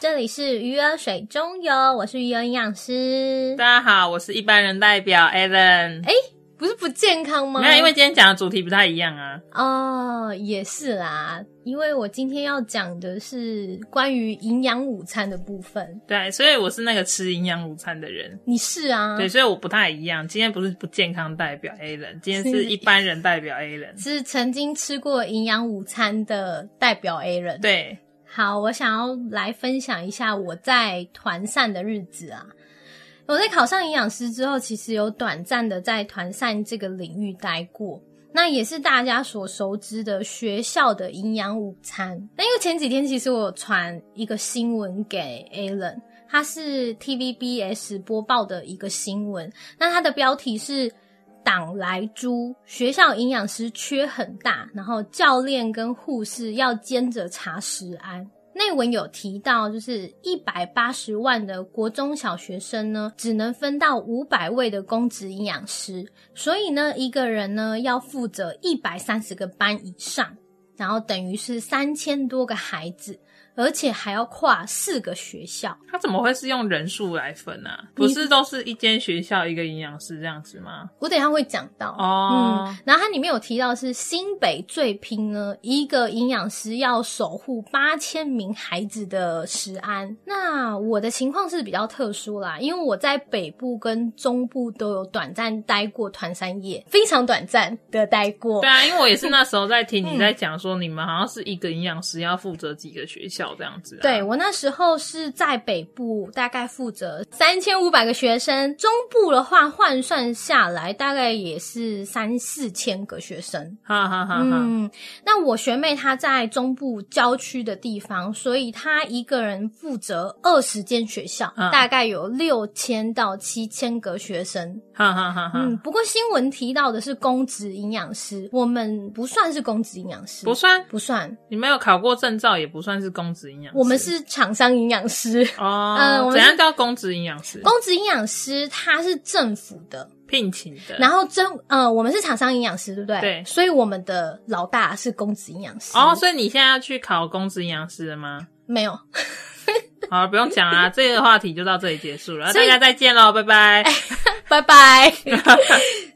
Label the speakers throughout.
Speaker 1: 这里是鱼儿水中游，我是鱼儿营养师。
Speaker 2: 大家好，我是一般人代表 Alan。
Speaker 1: 哎、不是不健康吗？
Speaker 2: 没有，因为今天讲的主题不太一样啊。
Speaker 1: 哦，也是啦，因为我今天要讲的是关于营养午餐的部分。
Speaker 2: 对，所以我是那个吃营养午餐的人。
Speaker 1: 你是啊？
Speaker 2: 对，所以我不太一样。今天不是不健康代表 A 人，今天是一般人代表 A 人。
Speaker 1: 是曾经吃过营养午餐的代表 A 人。，
Speaker 2: 对，
Speaker 1: 好，我想要来分享一下我在团膳的日子啊。我在考上营养师之后，其实有短暂的在团膳这个领域待过。那也是大家所熟知的学校的营养午餐。那因为前几天其实我有传一个新闻给 Alan，它是 TVBS 播报的一个新闻。那它的标题是“党来猪学校营养师缺很大，然后教练跟护士要兼着查食安”。内文有提到，就是一百八十万的国中小学生呢，只能分到五百位的公职营养师，所以呢，一个人呢要负责一百三十个班以上，然后等于是三千多个孩子，而且还要跨四个学校。
Speaker 2: 他怎么会是用人数来分啊？
Speaker 1: 你
Speaker 2: 不是都是一间学校一个营养师这样子吗？
Speaker 1: 我等一下会讲到
Speaker 2: 哦
Speaker 1: 嗯，然后它里面有提到是新北最拼呢，一个营养师要守护八千名孩子的食安。那我的情况是比较特殊啦，因为我在北部跟中部都有短暂待过团山业，非常短暂的待过
Speaker 2: 对。啊，因为我也是那时候在听
Speaker 1: 嗯
Speaker 2: 你在讲说，你们好像是一个营养师要负责几个学校这样子、啊。
Speaker 1: 对，我那时候是在北部，大概负责三千五百个学生，中部的话换算下来大概也是三四千个学生。
Speaker 2: 哈哈哈哈。
Speaker 1: 嗯，那我学妹她在中部郊区的地方，所以她一个人负责二十间学校，
Speaker 2: 嗯
Speaker 1: 大概有六千到七千个学生。
Speaker 2: 哈哈啊哈哈，
Speaker 1: 嗯，不过新闻提到的是公职营养师，我们不算是公职营养师，
Speaker 2: 不算，
Speaker 1: 不算，
Speaker 2: 你没有考过证照，也不算是公职营养师。
Speaker 1: 我们是厂商营养师。
Speaker 2: 哦，
Speaker 1: 嗯我们
Speaker 2: 怎
Speaker 1: 是
Speaker 2: 样叫公职营养师？
Speaker 1: 公职营养师他是政府的，
Speaker 2: 聘请的，
Speaker 1: 然后政呃，我们是厂商营养师，对不对？
Speaker 2: 对
Speaker 1: 所以我们的老大是公职营养师。
Speaker 2: 哦，所以你现在要去考公职营养师了吗？
Speaker 1: 没有，
Speaker 2: 好了，不用 讲啦，这个话题就到这里结束了，
Speaker 1: 所
Speaker 2: 大
Speaker 1: 以哎
Speaker 2: 家再见喽，拜拜。
Speaker 1: 拜 拜。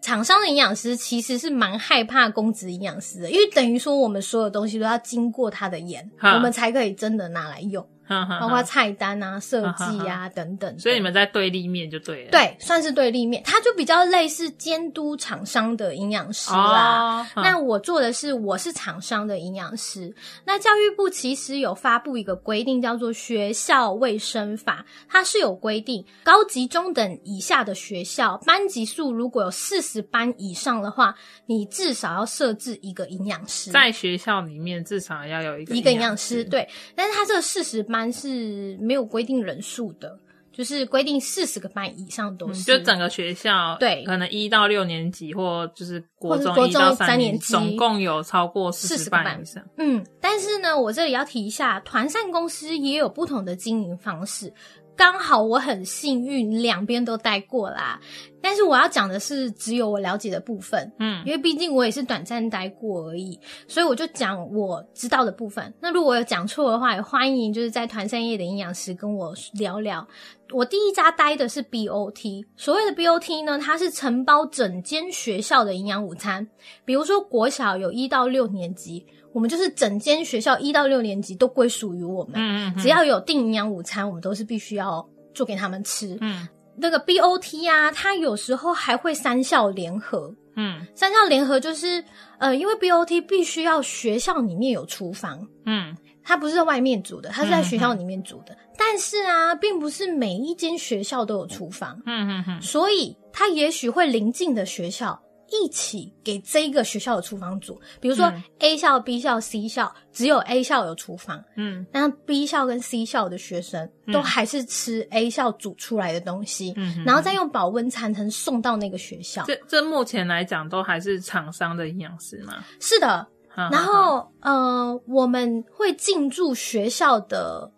Speaker 1: 厂商的营养师其实是蛮害怕公职营养师的，因为等于说我们所有东西都要经过他的眼，
Speaker 2: 哈
Speaker 1: 我们才可以真的拿来用，
Speaker 2: 哈哈
Speaker 1: 包括
Speaker 2: 哈，
Speaker 1: 菜单啊、设计啊等等的。
Speaker 2: 所以你们在对立面就对了，
Speaker 1: 对算是对立面，他就比较类似监督厂商的营养师啦。
Speaker 2: 哦，哈
Speaker 1: 那我做的是，我是厂商的营养师。那教育部其实有发布一个规定，叫做《学校卫生法》，它是有规定，高级中等以下的学校班级数如果有四十班以上的话，你至少要设置一个营养师。
Speaker 2: 在学校里面至少要有一个
Speaker 1: 一个营养
Speaker 2: 养嗯
Speaker 1: 师，对，但是它这个四十班是没有规定人数的，就是规定四十个班以上都
Speaker 2: 嗯
Speaker 1: 是，
Speaker 2: 就整个学校，
Speaker 1: 对
Speaker 2: 可能一到六年级或就是国
Speaker 1: 或者国
Speaker 2: 中一
Speaker 1: 中
Speaker 2: 到
Speaker 1: 三年
Speaker 2: 年
Speaker 1: 级
Speaker 2: 总共有超过
Speaker 1: 40
Speaker 2: 十
Speaker 1: 个
Speaker 2: 班
Speaker 1: 班
Speaker 2: 以上。
Speaker 1: 嗯，但是呢，我这里要提一下，团膳公司也有不同的经营方式。刚好我很幸运，两边都待过啦。但是我要讲的是只有我了解的部分，
Speaker 2: 嗯
Speaker 1: 因为毕竟我也是短暂待过而已，所以我就讲我知道的部分。那如果有讲错的话，也欢迎就是在团膳业的营养师跟我聊聊。我第一家待的是 BOT，所谓的 BOT 呢，它是承包整间学校的营养午餐。比如说国小有一到六年级，我们就是整间学校一到六年级都归属于我们，
Speaker 2: 嗯嗯，
Speaker 1: 只要有订营养午餐，我们都是必须要做给他们吃。
Speaker 2: 嗯
Speaker 1: 那个 BOT 啊，它有时候还会三校联合，
Speaker 2: 嗯
Speaker 1: 三校联合就是，呃，因为 BOT 必须要学校里面有厨房，
Speaker 2: 嗯
Speaker 1: 它不是在外面煮的，它是在学校里面煮的。但是啊，并不是每一间学校都有厨房，
Speaker 2: 嗯嗯嗯，
Speaker 1: 所以它也许会邻近的学校一起给这一个学校的厨房组，比如说
Speaker 2: 嗯
Speaker 1: A 校、B 校、C 校，只有 A 校有厨房，
Speaker 2: 嗯
Speaker 1: 那 B 校跟 C 校的学生都还是吃 A 校煮出来的东西，
Speaker 2: 嗯嗯
Speaker 1: 然后再用保温餐层送到那个学校。
Speaker 2: 这这目前来讲都还是厂商的营养师嘛。
Speaker 1: 是的，
Speaker 2: 哈哈
Speaker 1: 然后
Speaker 2: 嗯
Speaker 1: 呃，我们会进驻学校的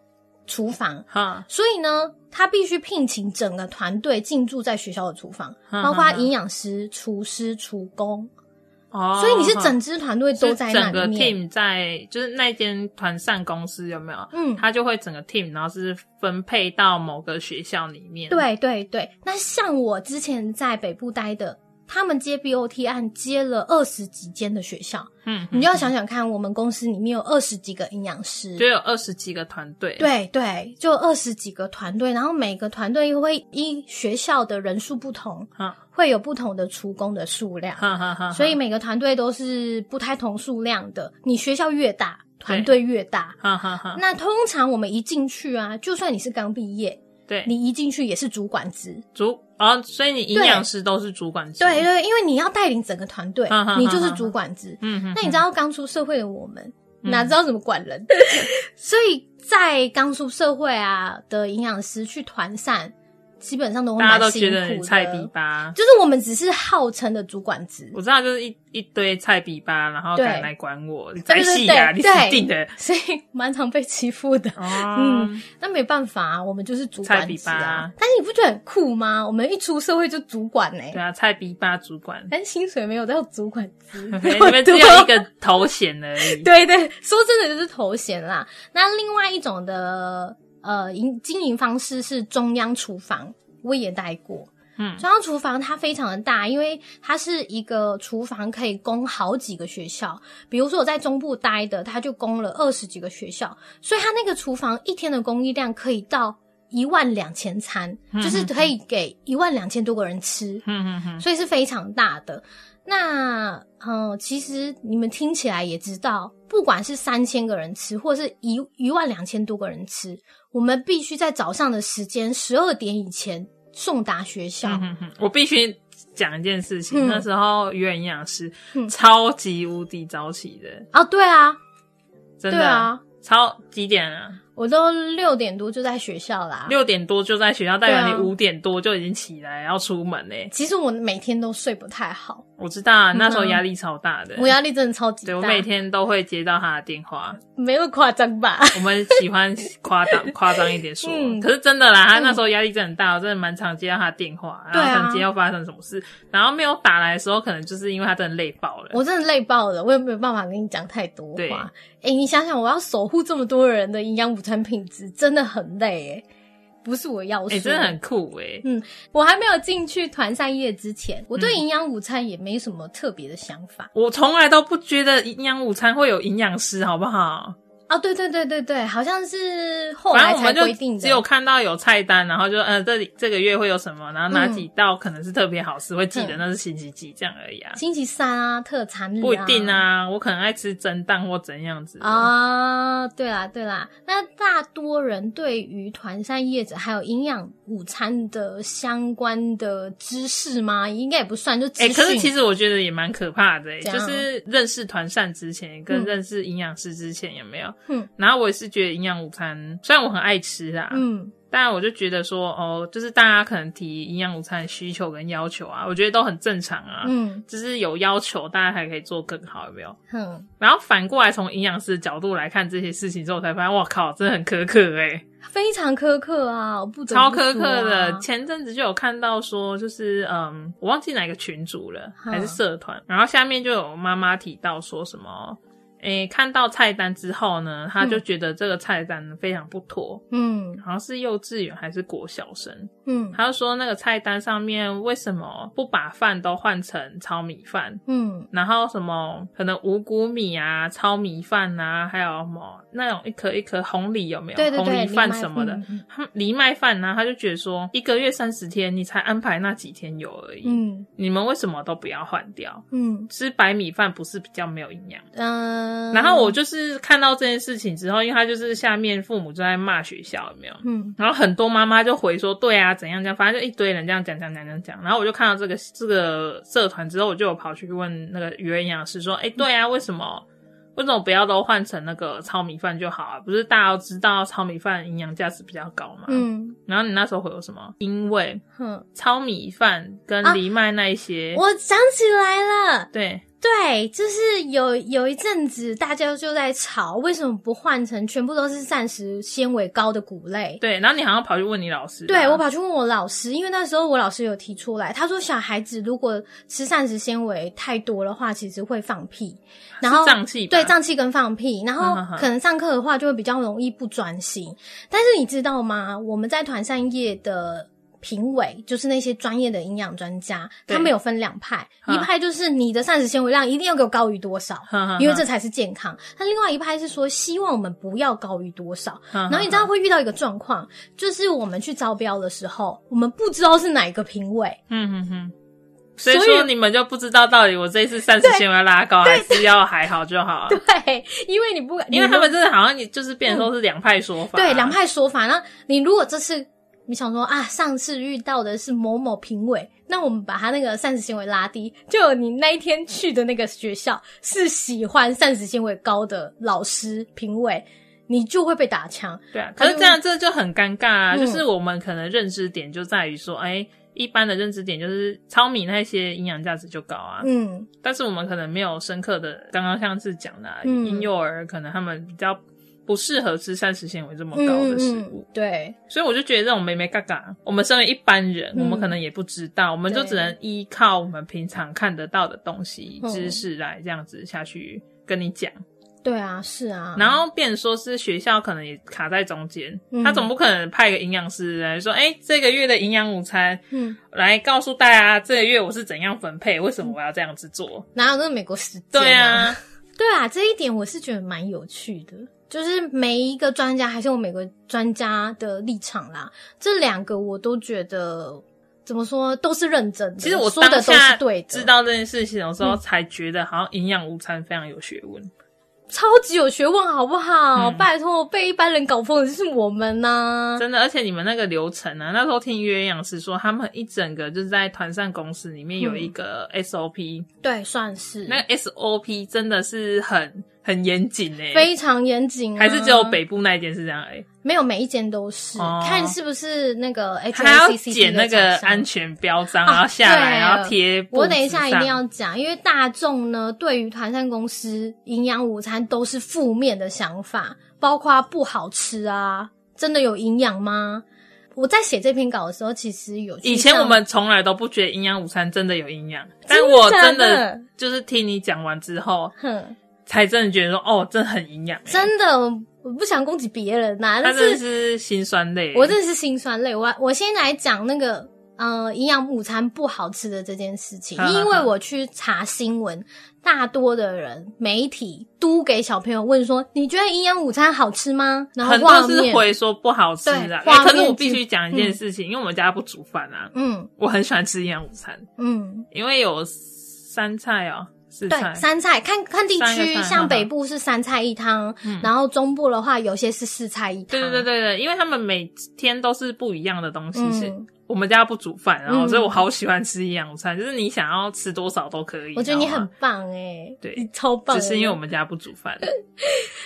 Speaker 1: 厨房，
Speaker 2: 哈，
Speaker 1: 所以呢，他必须聘请整个团队进驻在学校的厨房，
Speaker 2: 嗯
Speaker 1: 包括
Speaker 2: 嗯嗯
Speaker 1: 营养师、厨师、厨工。
Speaker 2: 哦，
Speaker 1: 所以你是整支团队都
Speaker 2: 是
Speaker 1: 在
Speaker 2: 整
Speaker 1: 那
Speaker 2: 个
Speaker 1: 里面。
Speaker 2: team 在，就是那间团散公司有没有？
Speaker 1: 嗯
Speaker 2: 他就会整个 team，然后是分配到某个学校里面。，
Speaker 1: 对对对，那像我之前在北部待的，他们接 BOT 案接了二十几间的学校，
Speaker 2: 嗯，
Speaker 1: 你就要想想看，我们公司里面有二十几个营养师，
Speaker 2: 就有二十几个团队。，
Speaker 1: 对对，就二十几个团队，然后每个团队会依学校的人数不同，
Speaker 2: 哈
Speaker 1: 会有不同的出工的数量，
Speaker 2: 哈哈哈。
Speaker 1: 所以，每个团队都是不太同数量的。你学校越大，团队越大。
Speaker 2: 哈哈哈，
Speaker 1: 那通常我们一进去啊，就算你是刚毕业，
Speaker 2: 对，
Speaker 1: 你一进去也是主管职，
Speaker 2: 主哦，所以你营养师都是主管级。
Speaker 1: 对，对，因为你要带领整个团队
Speaker 2: 嗯，哼
Speaker 1: 你
Speaker 2: 哼
Speaker 1: 就是
Speaker 2: 哼
Speaker 1: 主管职。
Speaker 2: 嗯哼，
Speaker 1: 那你知道刚出社会的我们，
Speaker 2: 嗯
Speaker 1: 哪知道怎么管人？ 所以在刚出社会啊的营养师去团散，基本上都会
Speaker 2: 大家
Speaker 1: 蛮
Speaker 2: 都觉
Speaker 1: 辛
Speaker 2: 得
Speaker 1: 苦
Speaker 2: 你
Speaker 1: 的。
Speaker 2: 菜比吧？
Speaker 1: 就是我们只是号称的主管职，
Speaker 2: 我知道，就是一一堆菜比吧，然后
Speaker 1: 对
Speaker 2: 敢来管我，你
Speaker 1: 对
Speaker 2: 才
Speaker 1: 对
Speaker 2: 戏呀，
Speaker 1: 对
Speaker 2: 你死
Speaker 1: 对
Speaker 2: 定的。
Speaker 1: 所以蛮常被欺负的。
Speaker 2: 哦，
Speaker 1: 那没办法啊，我们就是主管职
Speaker 2: 菜比
Speaker 1: 啊
Speaker 2: 吧。
Speaker 1: 但是你不觉得很酷吗？我们一出社会就主管呢、，
Speaker 2: 对啊，菜比吧主管，
Speaker 1: 但薪水没有到主管职 啊
Speaker 2: 你们只 有一个头衔而已。
Speaker 1: 对对，说真的就是头衔啦。那另外一种的呃营经营方式是中央厨房，我也待过。
Speaker 2: 嗯
Speaker 1: 中央厨房它非常的大，因为它是一个厨房可以供好几个学校。比如说我在中部待的，它就供了二十几个学校，所以它那个厨房一天的供应量可以到一万两千餐，就是可以给一万两千多个人吃。
Speaker 2: 嗯哼哼，
Speaker 1: 所以是非常大的。那嗯、呃其实你们听起来也知道，不管是三千个人吃，或是一一万两千多个人吃，我们必须在早上的时间十二点以前送达学校。
Speaker 2: 嗯哼哼，我必须讲一件事情，
Speaker 1: 嗯
Speaker 2: 那时候语言营养师、
Speaker 1: 嗯
Speaker 2: 超级无敌早起的，
Speaker 1: 啊，对啊，
Speaker 2: 真
Speaker 1: 对
Speaker 2: 的，
Speaker 1: 啊，
Speaker 2: 超几点啊？
Speaker 1: 我都六点多就在学校啦。
Speaker 2: 六点多就在学校，代
Speaker 1: 对
Speaker 2: 表
Speaker 1: 啊
Speaker 2: 你五点多就已经起来要出门嘞、
Speaker 1: 其实我每天都睡不太好，
Speaker 2: 我知道啊，
Speaker 1: 嗯
Speaker 2: 那时候压力超大的。
Speaker 1: 我压力真的超级
Speaker 2: 对
Speaker 1: 大。
Speaker 2: 我每天都会接到他的电话，
Speaker 1: 没有夸张吧？
Speaker 2: 我们喜欢夸张夸张一点说，
Speaker 1: 嗯
Speaker 2: 可是真的啦，他那时候压力真的很大，我真的蛮常接到他的电话，
Speaker 1: 对
Speaker 2: 然
Speaker 1: 啊
Speaker 2: 后可能今天又发生什么事，然后没有打来的时候，可能就是因为他真的累爆了。
Speaker 1: 我真的累爆了，我也没有办法跟你讲太多
Speaker 2: 对
Speaker 1: 话。哎、你想想，我要守护这么多人的营养午餐品质，真的很累哎、不是我要说，
Speaker 2: 哎、真的很酷哎、
Speaker 1: 我还没有进去团膳业之前，我
Speaker 2: 嗯
Speaker 1: 对营养午餐也没什么特别的想法。
Speaker 2: 我从来都不觉得营养午餐会有营养师，好不好？
Speaker 1: 哦，对对对对对，好像是后
Speaker 2: 反
Speaker 1: 来
Speaker 2: 正我
Speaker 1: 才
Speaker 2: 们
Speaker 1: 规定的。
Speaker 2: 就只有看到有菜单，然后就呃，这里这个月会有什么，然后哪几道可能是特别好吃，会记得
Speaker 1: 嗯
Speaker 2: 那是星期几这样而已啊，
Speaker 1: 星期三啊，特产日、啊、
Speaker 2: 不一定啊。我可能爱吃蒸蛋或怎样子的
Speaker 1: 啊、对啦对啦，那大多人对于团膳业者还有营养午餐的相关的知识吗？应该也不算，就资
Speaker 2: 哎、
Speaker 1: 讯。
Speaker 2: 可是其实我觉得也蛮可怕的、欸，
Speaker 1: 怎
Speaker 2: 就
Speaker 1: 样
Speaker 2: 是认识团膳之前，跟
Speaker 1: 嗯
Speaker 2: 认识营养师之前有没有？
Speaker 1: 嗯
Speaker 2: 然后我也是觉得营养午餐，虽然我很爱吃啦，
Speaker 1: 嗯
Speaker 2: 但我就觉得说，哦，就是大家可能提营养午餐的需求跟要求啊，我觉得都很正常啊，
Speaker 1: 嗯
Speaker 2: 就是有要求，大家还可以做更好，有没有？
Speaker 1: 哼，
Speaker 2: 然后反过来从营养师的角度来看这些事情之后，我才发现，哇靠，真的很苛刻哎、
Speaker 1: 非常苛刻啊，我不得不
Speaker 2: 超苛刻
Speaker 1: 说
Speaker 2: 的。
Speaker 1: 啊
Speaker 2: 前阵子就有看到说，就是嗯，我忘记哪个群组了，
Speaker 1: 嗯
Speaker 2: 还是社团，然后下面就有妈妈提到说什么。诶，看到菜单之后呢，她就觉得这个菜单非常不妥，
Speaker 1: 嗯
Speaker 2: 好像是幼稚园还是国小生，
Speaker 1: 嗯
Speaker 2: 她就说那个菜单上面为什么不把饭都换成糙米饭，
Speaker 1: 嗯
Speaker 2: 然后什么可能五谷米啊、糙米饭啊，还有什么那种一颗一颗红梨有没有？
Speaker 1: 对对对，
Speaker 2: 红梨饭
Speaker 1: 麦
Speaker 2: 什么的
Speaker 1: 嗯，嗯
Speaker 2: 他们藜麦饭啊呢、他就觉得说一个月三十天，你才安排那几天有而已，
Speaker 1: 嗯
Speaker 2: 你们为什么都不要换掉？
Speaker 1: 嗯
Speaker 2: 吃白米饭不是比较没有营养？
Speaker 1: 嗯，
Speaker 2: 然后我就是看到这件事情之后，因为他就是下面父母就在骂学校，有没有？
Speaker 1: 嗯
Speaker 2: 然后很多妈妈就回说，对啊，怎样怎样，反正就一堆人这样讲讲讲讲讲。然后我就看到这个这个社团之后，我就有跑去问那个语言营养师说，哎，
Speaker 1: 嗯
Speaker 2: 对啊，为什么为什么不要都换成那个糙米饭就好啊？不是大家都知道糙米饭营养价值比较高嘛？
Speaker 1: 嗯
Speaker 2: 然后你那时候回我什么？因为
Speaker 1: 哼，
Speaker 2: 糙米饭跟
Speaker 1: 啊
Speaker 2: 藜麦那一些，
Speaker 1: 我想起来了，
Speaker 2: 对
Speaker 1: 对对，就是有有一阵子大家就在吵，为什么不换成全部都是膳食纤维高的谷类？
Speaker 2: 对，然后你好像跑去问你老师吧，
Speaker 1: 对我跑去问我老师，因为那时候我老师有提出来，他说小孩子如果吃膳食纤维太多的话，其实会放屁，然后
Speaker 2: 啊是胀气吧，
Speaker 1: 对胀气跟放屁，然后
Speaker 2: 嗯哼哼
Speaker 1: 可能上课的话就会比较容易不专心。但是你知道吗？我们在团膳业的评委，就是那些专业的营养专家，
Speaker 2: 对
Speaker 1: 他们有分两派，
Speaker 2: 嗯
Speaker 1: 一派就是你的膳食纤维量一定要给我高于多少。
Speaker 2: 哼，哼哼
Speaker 1: 因为这才是健康。那另外一派是说，希望我们不要高于多少。
Speaker 2: 哼
Speaker 1: 然后你知道会遇到一个状况，就是我们去招标的时候，我们不知道是哪一个评委，
Speaker 2: 嗯哼哼。所以
Speaker 1: 所以
Speaker 2: 说你们就不知道到底我这一次膳食纤维要拉高还是要还好就好，
Speaker 1: 对，因为你不，
Speaker 2: 因为他们真的好像也就是变成说是两派说法，
Speaker 1: 对两派说法。那你如果这次你想说啊，上次遇到的是某某评委，那我们把他那个膳食纤维拉低，就有你那一天去的那个学校是喜欢膳食纤维高的老师评委，你就会被打枪。
Speaker 2: 对啊。
Speaker 1: 他
Speaker 2: 可
Speaker 1: 就是
Speaker 2: 这样这就很尴尬啊，
Speaker 1: 嗯
Speaker 2: 就是我们可能认知点就在于说，哎，一般的认知点就是糙米那些营养价值就高啊，
Speaker 1: 嗯，
Speaker 2: 但是我们可能没有深刻的，刚刚像是讲的、啊
Speaker 1: 嗯
Speaker 2: 婴幼儿可能他们比较不适合吃膳食纤维这么
Speaker 1: 嗯
Speaker 2: 高的食
Speaker 1: 嗯
Speaker 2: 物，
Speaker 1: 嗯，对，
Speaker 2: 所以我就觉得这种没没嘎嘎，我们身为一般人，
Speaker 1: 嗯
Speaker 2: 我们可能也不知道，我们就只能依靠我们平常看得到的东西、
Speaker 1: 嗯
Speaker 2: 知识来这样子下去跟你讲，
Speaker 1: 对啊，是啊，
Speaker 2: 然后变成说是学校可能也卡在中间，
Speaker 1: 嗯
Speaker 2: 他总不可能派个营养师来说，哎、这个月的营养午餐
Speaker 1: 嗯，
Speaker 2: 来告诉大家这个月我是怎样分配，为什么我要这样子做？
Speaker 1: 哪有那个美国时间、
Speaker 2: 对啊。
Speaker 1: 对啊，这一点我是觉得蛮有趣的，就是每一个专家还是我每个专家的立场啦，这两个我都觉得怎么说都是认真的，
Speaker 2: 其实我
Speaker 1: 说的
Speaker 2: 当
Speaker 1: 都
Speaker 2: 下
Speaker 1: 是对的，嗯
Speaker 2: 知道这件事情的时候，才觉得好像营养午餐非常有学问。
Speaker 1: 超级有学问，好不好？
Speaker 2: 嗯拜
Speaker 1: 拜托，被一般人搞疯的就是我们呐、
Speaker 2: 真的，而且你们那个流程啊，那时候听约营养师说，他们一整个就是在团膳公司里面
Speaker 1: 嗯
Speaker 2: 有一个 SOP，、
Speaker 1: 对，算是
Speaker 2: 那个 SOP 真的是很很严谨诶、
Speaker 1: 非常严谨、啊，
Speaker 2: 还是只有北部那一间是这样诶、
Speaker 1: 没有每一间都是、
Speaker 2: 哦
Speaker 1: 看是不是那个 H
Speaker 2: 还要
Speaker 1: I C C
Speaker 2: 剪那个安全标章，然后下来，
Speaker 1: 哦对
Speaker 2: 然后贴布
Speaker 1: 我等一
Speaker 2: 子
Speaker 1: 下一
Speaker 2: 上
Speaker 1: 定要讲，因为大众呢对于团膳公司营养午餐都是负面的想法，包括不好吃啊，真的有营养吗？我在写这篇稿的时候，其实有去
Speaker 2: 以前
Speaker 1: 上
Speaker 2: 我们从来都不觉得营养午餐真的有营养，但我真的就是听你讲完之后，
Speaker 1: 哼，
Speaker 2: 才真的觉得说，哦，真的很营养、欸，
Speaker 1: 真的我不想攻击别人呐、
Speaker 2: 它
Speaker 1: 但
Speaker 2: 真的
Speaker 1: 是
Speaker 2: 是心酸泪。
Speaker 1: 我真的是心酸泪。我我先来讲那个呃营养午餐不好吃的这件事情，
Speaker 2: 好好好
Speaker 1: 因为我去查新闻，大多的人媒体都给小朋友问说，你觉得营养午餐好吃吗？然后
Speaker 2: 很
Speaker 1: 画
Speaker 2: 多是
Speaker 1: 面，
Speaker 2: 回说不好吃啊，
Speaker 1: 对
Speaker 2: 欸可
Speaker 1: 画
Speaker 2: 是
Speaker 1: 面
Speaker 2: 我必须讲一件事情，因为我们家不煮饭啊，
Speaker 1: 嗯
Speaker 2: 我很喜欢吃营养午餐，
Speaker 1: 嗯，
Speaker 2: 因为有三菜哦，四
Speaker 1: 对，
Speaker 2: 菜，
Speaker 1: 三菜看看地
Speaker 2: 三个
Speaker 1: 区，
Speaker 2: 菜好好
Speaker 1: 像北部是三菜一汤，然后中部的话有些是四菜一汤，
Speaker 2: 对对对对对，因为他们每天都是不一样的东西，
Speaker 1: 嗯
Speaker 2: 是我们家不煮饭，然后
Speaker 1: 嗯
Speaker 2: 所以我好喜欢吃营养午餐，就是你想要吃多少都可以。
Speaker 1: 我觉得你
Speaker 2: 知道
Speaker 1: 很
Speaker 2: 吗
Speaker 1: 棒哎、
Speaker 2: 对
Speaker 1: 你超棒的。欸呃
Speaker 2: 只是因为我们家不煮饭，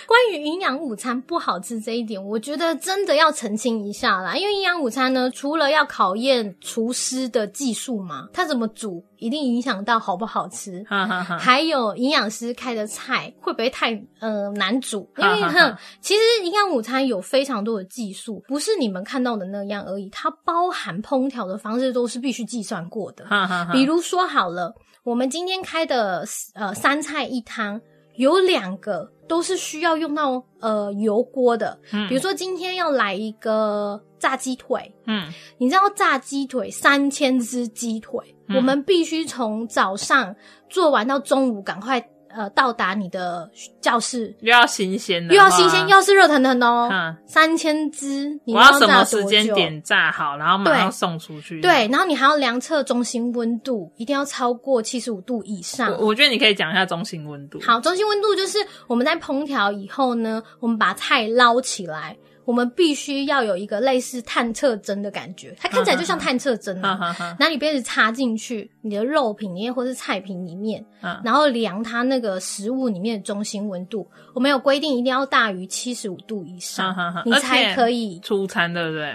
Speaker 1: 关于营养午餐不好吃这一点，我觉得真的要澄清一下啦。因为营养午餐呢，除了要考验厨师的技术嘛，他怎么煮一定影响到好不好吃，
Speaker 2: 哈哈哈。
Speaker 1: 还有营养师开的菜会不会太呃难煮？因为
Speaker 2: 哈哈
Speaker 1: 哼
Speaker 2: 哈，
Speaker 1: 其实营养午餐有非常多的技术，不是你们看到的那样而已，它包含烹调的方式都是必须计算过的。
Speaker 2: 哈哈哈
Speaker 1: 比如说好了，我们今天开的呃三菜一汤，有两个都是需要用到呃油锅的。
Speaker 2: 嗯
Speaker 1: 比如说今天要来一个炸鸡腿，
Speaker 2: 嗯
Speaker 1: 你知道炸鸡腿三千只鸡腿，
Speaker 2: 嗯
Speaker 1: 我们必须从早上做完到中午，赶快呃到达你的教室，
Speaker 2: 又要新鲜的
Speaker 1: 又要
Speaker 2: 话，
Speaker 1: 新鲜，又要是热腾腾的哦。
Speaker 2: 嗯，
Speaker 1: 三千只，你
Speaker 2: 我
Speaker 1: 知
Speaker 2: 要
Speaker 1: 道
Speaker 2: 什么
Speaker 1: 炸多
Speaker 2: 时间
Speaker 1: 久
Speaker 2: 点炸好，然后马上
Speaker 1: 对
Speaker 2: 送出去。
Speaker 1: 对，然后你还要量测中心温度，一定要超过七十五度以上。
Speaker 2: 我我觉得你可以讲一下中心温度。
Speaker 1: 好，中心温度就是我们在烹调以后呢，我们把菜捞起来，我们必须要有一个类似探测针的感觉，它看起来就像探测针
Speaker 2: 哈
Speaker 1: 啊。
Speaker 2: 哈哈，
Speaker 1: 然后你便是插进去你的肉品里面或是菜品里面，
Speaker 2: 嗯
Speaker 1: 然后量它那个食物里面的中心温度。我们有规定一定要大于七十五度以上，
Speaker 2: 哈哈
Speaker 1: 你
Speaker 2: 而且
Speaker 1: 才可以
Speaker 2: 出餐，对不对？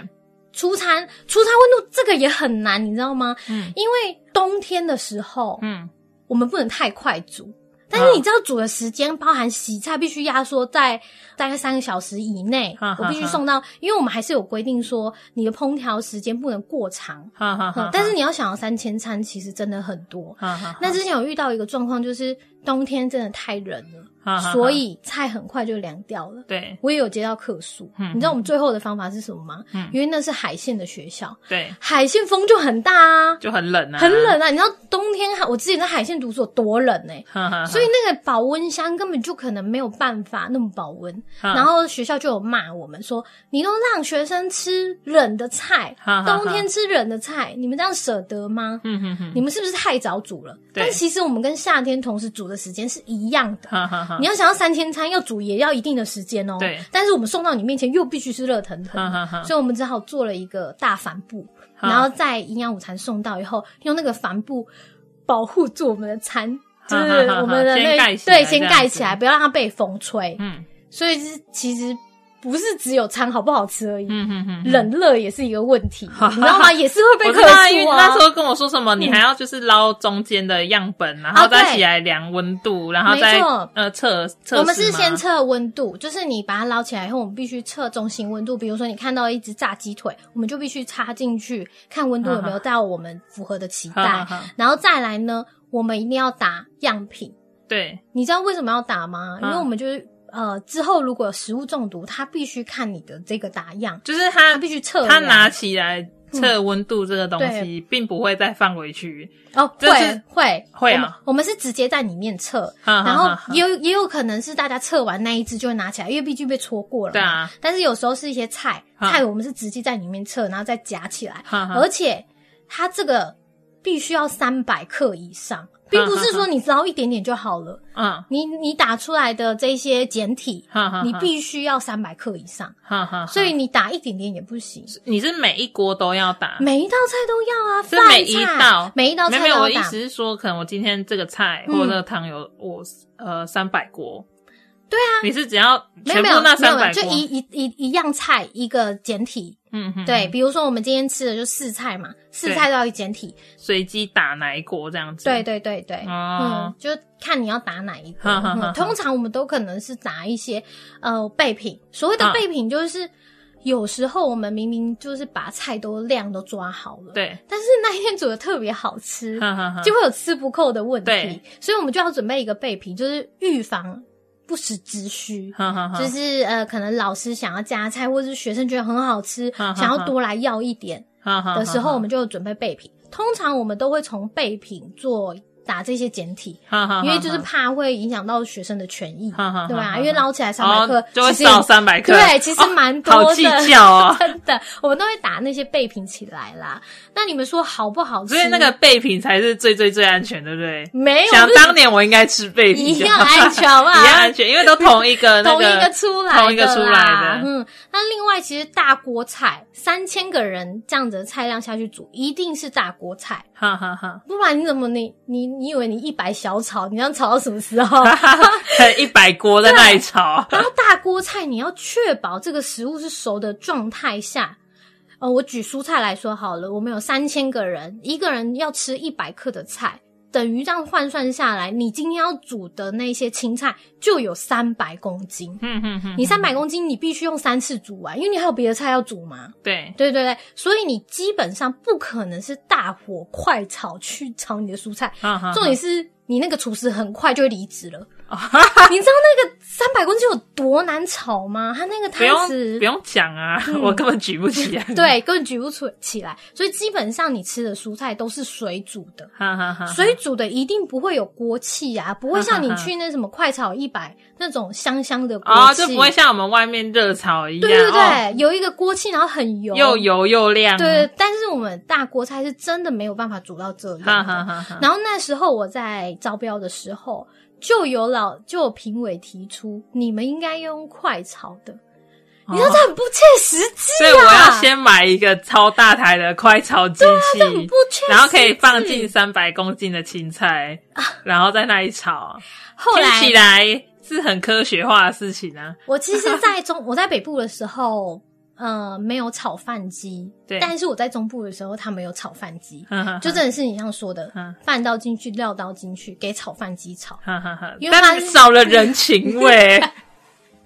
Speaker 1: 出餐。出餐温度这个也很难，你知道吗？
Speaker 2: 嗯
Speaker 1: 因为冬天的时候，
Speaker 2: 嗯，
Speaker 1: 我们不能太快煮。但
Speaker 2: 啊
Speaker 1: 是你知道煮的时间，包含洗菜，必须压缩在大概三个小时以内。
Speaker 2: 哈哈
Speaker 1: 我必须送到，因为我们还是有规定说，你的烹调时间不能过长。
Speaker 2: 哈哈哈
Speaker 1: 嗯，但是你要想要三千餐，其实真的很多。
Speaker 2: 哈哈，
Speaker 1: 那之前有遇到一个状况，就是冬天真的太冷了，
Speaker 2: 哈哈
Speaker 1: 所以菜很快就凉掉了。
Speaker 2: 对
Speaker 1: 我也有接到客诉，
Speaker 2: 嗯
Speaker 1: 你知道我们最后的方法是什么吗？
Speaker 2: 嗯
Speaker 1: 因为那是海线的学校，
Speaker 2: 对，
Speaker 1: 海线风就很大啊，
Speaker 2: 就很冷啊，
Speaker 1: 很冷啊！你知道冬天我之前在海线读书有多冷呢、
Speaker 2: 哈，哈啊哈，
Speaker 1: 所以那个保温箱根本就可能没有办法那么保温，
Speaker 2: 啊哈
Speaker 1: 然后学校就有骂我们说，你都让学生吃冷的菜
Speaker 2: 哈，啊哈哈啊
Speaker 1: 冬天吃冷的菜，你们这样舍得吗？
Speaker 2: 嗯哼哼，
Speaker 1: 你们是不是太早煮了？
Speaker 2: 对
Speaker 1: 但其实我们跟夏天同时煮的时间是一样的。
Speaker 2: 哈哈哈
Speaker 1: 你，要想要三千餐，要煮也要一定的时间哦。
Speaker 2: 啊对啊
Speaker 1: 但是我们送到你面前又必须是热腾腾
Speaker 2: 哈
Speaker 1: 的，
Speaker 2: 哈哈，
Speaker 1: 所以我们只好做了一个大帆布，
Speaker 2: 哈
Speaker 1: 然后在营养午餐送到以后，用那个帆布保护住我们的 餐，就
Speaker 2: 哈哈
Speaker 1: 是
Speaker 2: 哈哈
Speaker 1: 我们的那
Speaker 2: 先盖
Speaker 1: 个
Speaker 2: 起来
Speaker 1: 对，先
Speaker 2: 这样
Speaker 1: 盖
Speaker 2: 子
Speaker 1: 起来，不要让它被风吹。
Speaker 2: 嗯
Speaker 1: 所以是其实不是只有餐好不好吃而已，
Speaker 2: 嗯哼哼。
Speaker 1: 冷热也是一个问 题，你知道吗？也是会被
Speaker 2: 我
Speaker 1: 客
Speaker 2: 知道啊，因为
Speaker 1: 诉
Speaker 2: 你
Speaker 1: 啊。嗯
Speaker 2: 那时候跟我说什么，你还要就是捞中间的样本，然后
Speaker 1: 啊对
Speaker 2: 再起来量温度，然后再
Speaker 1: 没错
Speaker 2: 呃测测试吗。
Speaker 1: 我们是先测温度，就是你把它捞起来以后，我们必须测中心温度。比如说，你看到一只炸鸡腿，我们就必须插进去看温度有没 有到我们符合的期
Speaker 2: 哈哈
Speaker 1: 待。
Speaker 2: 哈，
Speaker 1: 然后再来呢，我们一定要打样品。
Speaker 2: 对，
Speaker 1: 你知道为什么要打吗？因
Speaker 2: 嗯
Speaker 1: 为我们就是呃，之后如果有食物中毒，它必须看你的这个打样，
Speaker 2: 就是他
Speaker 1: 它必须啊测量。
Speaker 2: 他拿起来测温度这个东西，并不会再放回去。
Speaker 1: 哦，
Speaker 2: 这是
Speaker 1: 会会
Speaker 2: 会啊
Speaker 1: 我们，我们是直接在里面测，
Speaker 2: 哈
Speaker 1: 然
Speaker 2: 哈
Speaker 1: 后
Speaker 2: 哈
Speaker 1: 也有也有可能是大家测完那一只就会拿起来，因为毕竟被戳过了嘛。
Speaker 2: 对啊，
Speaker 1: 但是有时候是一些菜，
Speaker 2: 嗯
Speaker 1: 菜我们是直接在里面测，然后再夹起来，
Speaker 2: 哈哈
Speaker 1: 而且它这个必须要三百克以上，并
Speaker 2: 啊
Speaker 1: 不是说你只要一点点就好了。
Speaker 2: 嗯，
Speaker 1: 你你打出来的这些简体，
Speaker 2: 哈啊哈，
Speaker 1: 你必须要三百克以上，
Speaker 2: 哈哈，
Speaker 1: 所以你打一点点也不行。
Speaker 2: 你是每一锅都要打，
Speaker 1: 每一道菜都要啊，
Speaker 2: 是每
Speaker 1: 饭
Speaker 2: 一
Speaker 1: 菜
Speaker 2: 道
Speaker 1: 每一道
Speaker 2: 没
Speaker 1: 菜
Speaker 2: 有
Speaker 1: 都要
Speaker 2: 没有，我的意
Speaker 1: 打
Speaker 2: 思。是说，可能我今天这个菜
Speaker 1: 嗯
Speaker 2: 或者这个汤有我呃三百锅。对啊，你是只要
Speaker 1: 没
Speaker 2: 全
Speaker 1: 有
Speaker 2: 部
Speaker 1: 没有
Speaker 2: 那
Speaker 1: 没
Speaker 2: 三
Speaker 1: 有没有，
Speaker 2: 百
Speaker 1: 就
Speaker 2: 锅，
Speaker 1: 一一一一样菜一个简体，
Speaker 2: 嗯哼，
Speaker 1: 对，，比如说我们今天吃的就四菜嘛，四
Speaker 2: 对
Speaker 1: 菜都要一简体，
Speaker 2: 随机打哪一锅这样子。
Speaker 1: 对对对对，
Speaker 2: 哦
Speaker 1: 嗯，就看你要打哪一个。
Speaker 2: 哈哈哈哈
Speaker 1: 嗯通常我们都可能是打一些呃备品，所谓的
Speaker 2: 嗯
Speaker 1: 备品就是有时候我们明明就是把菜都量都抓好了，，
Speaker 2: 对，
Speaker 1: 但是那一天煮的特别好吃，
Speaker 2: 哈哈哈，
Speaker 1: 就会有吃不够的问题
Speaker 2: 对，
Speaker 1: 所以我们就要准备一个备品，就是预防不时之需。
Speaker 2: 哈哈哈，
Speaker 1: 就是呃，可能老师想要加菜，或者是学生觉得很好吃，
Speaker 2: 哈哈
Speaker 1: 想要
Speaker 2: 哈
Speaker 1: 多来要一点，
Speaker 2: 哈哈
Speaker 1: 的时候，我
Speaker 2: 哈
Speaker 1: 们就准备备品。通常我们都会从备品做打这些简体，
Speaker 2: 哈哈哈，
Speaker 1: 因为就是怕会影响到学生的权益，
Speaker 2: 哈哈哈
Speaker 1: 对吧？
Speaker 2: 哈
Speaker 1: 因为捞起来三百
Speaker 2: 哦
Speaker 1: 克，
Speaker 2: 就会
Speaker 1: 其实也
Speaker 2: 少三百克，哦
Speaker 1: 对，其实蛮多的，
Speaker 2: 好计较 哦。
Speaker 1: 真的，我们都会打那些备品起来啦。那你们说好不好吃？
Speaker 2: 所以那个备品才是最最最安全，对不对？
Speaker 1: 没有，
Speaker 2: 想
Speaker 1: 不是
Speaker 2: 当年我应该吃备品，
Speaker 1: 一样安全好不好
Speaker 2: 一样安全，因为都同一个那
Speaker 1: 同一个出来的啦，
Speaker 2: 同一个出来的
Speaker 1: 嗯，那另外其实大锅菜，三千个人这样子的菜量下去煮，一定是大锅菜。
Speaker 2: 哈哈哈，
Speaker 1: 不然你怎么你你你以为你一百小炒，你要炒到什么时候？
Speaker 2: 还有一百锅在那里炒，
Speaker 1: 然后大锅菜你要确保这个食物是熟的状态下。呃，我举蔬菜来说好了，我们有三千个人，一个人要吃一百克的菜，等于这样换算下来，你今天要煮的那些青菜就有三百公斤。
Speaker 2: 嗯嗯嗯，
Speaker 1: 你三百公斤，你必须用三次煮完，因为你还有别的菜要煮嘛。
Speaker 2: 对，
Speaker 1: 对对对，所以你基本上不可能是大火快炒去炒你的蔬菜，
Speaker 2: 哈哈哈
Speaker 1: 重点是你那个厨师很快就会离职 了。你知道那个三百公斤有多难炒吗？他那个
Speaker 2: 不
Speaker 1: 汤
Speaker 2: 用
Speaker 1: 匙
Speaker 2: 不用讲啊，我根本举不起来，，
Speaker 1: 对根本举不出起来，所以基本上你吃的蔬菜都是水煮的。
Speaker 2: 哈哈哈，
Speaker 1: 水煮的一定不会有锅气啊，不会像你
Speaker 2: 哈哈哈
Speaker 1: 去那什么快炒一百那种香香的锅
Speaker 2: 哦，
Speaker 1: 气，
Speaker 2: 就不会像我们外面热炒一样，
Speaker 1: 对对对，
Speaker 2: 哦
Speaker 1: 有一个锅气，然后很油，
Speaker 2: 又油又亮，
Speaker 1: 对。但是我们大锅菜是真的没有办法煮到这样的，
Speaker 2: 哈哈哈哈，
Speaker 1: 然后那时候我在招标的时候，就有老就有评委提出，你们应该用快炒的。你知道这很不切实际、啊
Speaker 2: 哦所以我要先买一个超大台的快炒机器，
Speaker 1: 很不切实际，
Speaker 2: 然后可以放进。三百公斤的青菜，然后在那里炒，
Speaker 1: 啊后来
Speaker 2: 听起来是很科学化的事情啊。
Speaker 1: 我其实，在中我在北部的时候，呃没有炒饭机，
Speaker 2: 对
Speaker 1: 但是我在中部的时候，他们有炒饭机，
Speaker 2: 哈哈，
Speaker 1: 就真的是你像说的
Speaker 2: 嗯，
Speaker 1: 饭倒进去，料倒进去，给炒饭机 炒，
Speaker 2: 哈哈哈，
Speaker 1: 因为它
Speaker 2: 但
Speaker 1: 是
Speaker 2: 少了人情 味，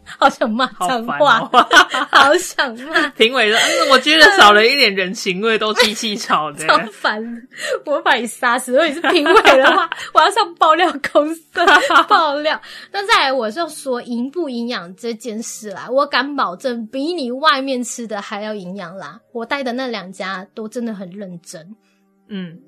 Speaker 1: 好想骂
Speaker 2: 好
Speaker 1: 脏
Speaker 2: 烦
Speaker 1: 话，
Speaker 2: 哦
Speaker 1: 好想骂，
Speaker 2: 评委说，嗯，我觉得少了一点人情味，都机器 炒的。
Speaker 1: 超烦的！我会把你杀死。如果你是评委的 话，我要上爆料公司爆料。那再来，我就说营不营养这件事啦，我敢保证比你外面吃的还要营养啦。我带的那两家都真的很认真，
Speaker 2: 嗯，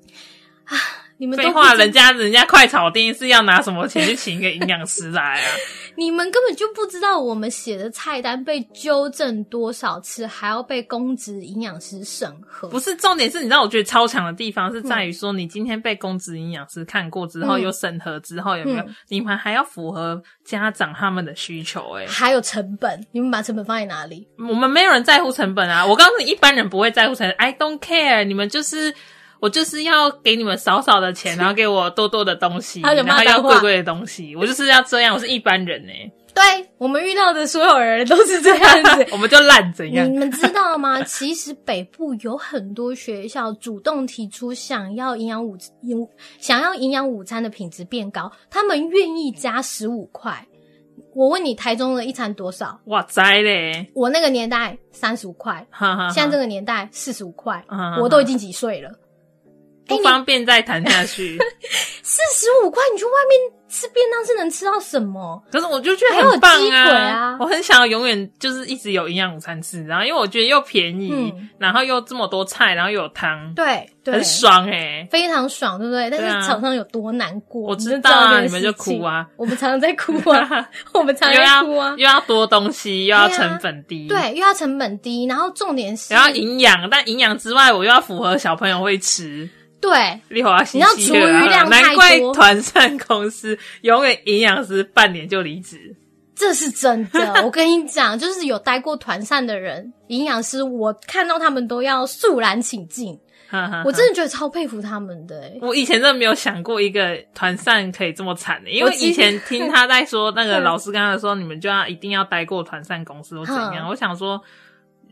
Speaker 1: 你们都
Speaker 2: 废
Speaker 1: 不
Speaker 2: 话，
Speaker 1: 知
Speaker 2: 人家人家快炒店是要拿什么钱去请一个营养师 来啊？
Speaker 1: 你们根本就不知道我们写的菜单被纠正多少次，还要被公职营养师审核。
Speaker 2: 不是重点是，你知道我觉得超强的地方是在于说，你今天被公职营养师看过之后，
Speaker 1: 嗯
Speaker 2: 有审核之后，有没有
Speaker 1: 嗯？
Speaker 2: 你们还要符合家长他们的需求、欸？
Speaker 1: 还有成本，你们把成本放在哪里？
Speaker 2: 我们没有人在乎成本啊！我告诉你，一般人不会在乎成本，I don't care。你们就是我就是要给你们少少 的钱，然后给我多多的东西，
Speaker 1: 还有
Speaker 2: 然
Speaker 1: 骂
Speaker 2: 后
Speaker 1: 脏
Speaker 2: 要
Speaker 1: 话
Speaker 2: 贵贵的东西，我就是要这样。我是一般人呢、。
Speaker 1: 对我们遇到的所有人都是这样子
Speaker 2: 我们就烂怎
Speaker 1: 你
Speaker 2: 样？
Speaker 1: 们知道吗？ 其实北部有很多学校主动提出想要营养午营想要营养午餐的品质变高，他们愿意加十五块。我问你，台中的一餐多少？
Speaker 2: 哇塞嘞！
Speaker 1: 我那个年代三十五块，
Speaker 2: 哈啊哈哈，
Speaker 1: 现在这个年代四十五块
Speaker 2: 嗯，
Speaker 1: 我都已经哎几岁了，
Speaker 2: 不方便再谈下 去。
Speaker 1: 四十五块你去外面吃便当是能吃到什么？
Speaker 2: 可是我就觉得
Speaker 1: 还有
Speaker 2: 很棒
Speaker 1: 鸡腿啊
Speaker 2: 我很想要永远就是一直有营养午餐吃，然后因为我觉得又便宜，
Speaker 1: 嗯
Speaker 2: 然后又这么多菜，然后又有汤，
Speaker 1: 对，对
Speaker 2: 很，爽哎、
Speaker 1: 非常爽，对不对？但
Speaker 2: 对啊
Speaker 1: 是厂商有多难过，
Speaker 2: 我知
Speaker 1: 你就
Speaker 2: 道啊
Speaker 1: 这个
Speaker 2: 你们就
Speaker 1: 事情
Speaker 2: 哭啊，
Speaker 1: 我们常常在哭 啊，我们常
Speaker 2: 又
Speaker 1: 常在
Speaker 2: 要
Speaker 1: 哭啊
Speaker 2: 又，要多东西，又要
Speaker 1: 对啊
Speaker 2: 成本低，
Speaker 1: 对，又要成本低，然后重点是
Speaker 2: 然后营养，但营养之外，我又要符合小朋友会吃。
Speaker 1: 对
Speaker 2: 你华西
Speaker 1: 你知
Speaker 2: 西
Speaker 1: 道
Speaker 2: 的
Speaker 1: 厨余量
Speaker 2: 啊，
Speaker 1: 太
Speaker 2: 难怪
Speaker 1: 多
Speaker 2: 团膳公司永远营养师半年就离职。
Speaker 1: 这是真的， 我跟你讲，就是有待过团膳的人，营养师，我看到他们都要肃然起
Speaker 2: 嗯
Speaker 1: 敬，
Speaker 2: 哈哈哈
Speaker 1: 我真的觉得超佩服他们的、欸。
Speaker 2: 我以前真的没有想过一个团扇可以这么惨的、因
Speaker 1: 我
Speaker 2: 为
Speaker 1: 其实
Speaker 2: 以前听他在说，那 个
Speaker 1: 嗯
Speaker 2: 老师跟他说，你们就要一定要待过团扇公司或怎样。
Speaker 1: 嗯
Speaker 2: 我想说，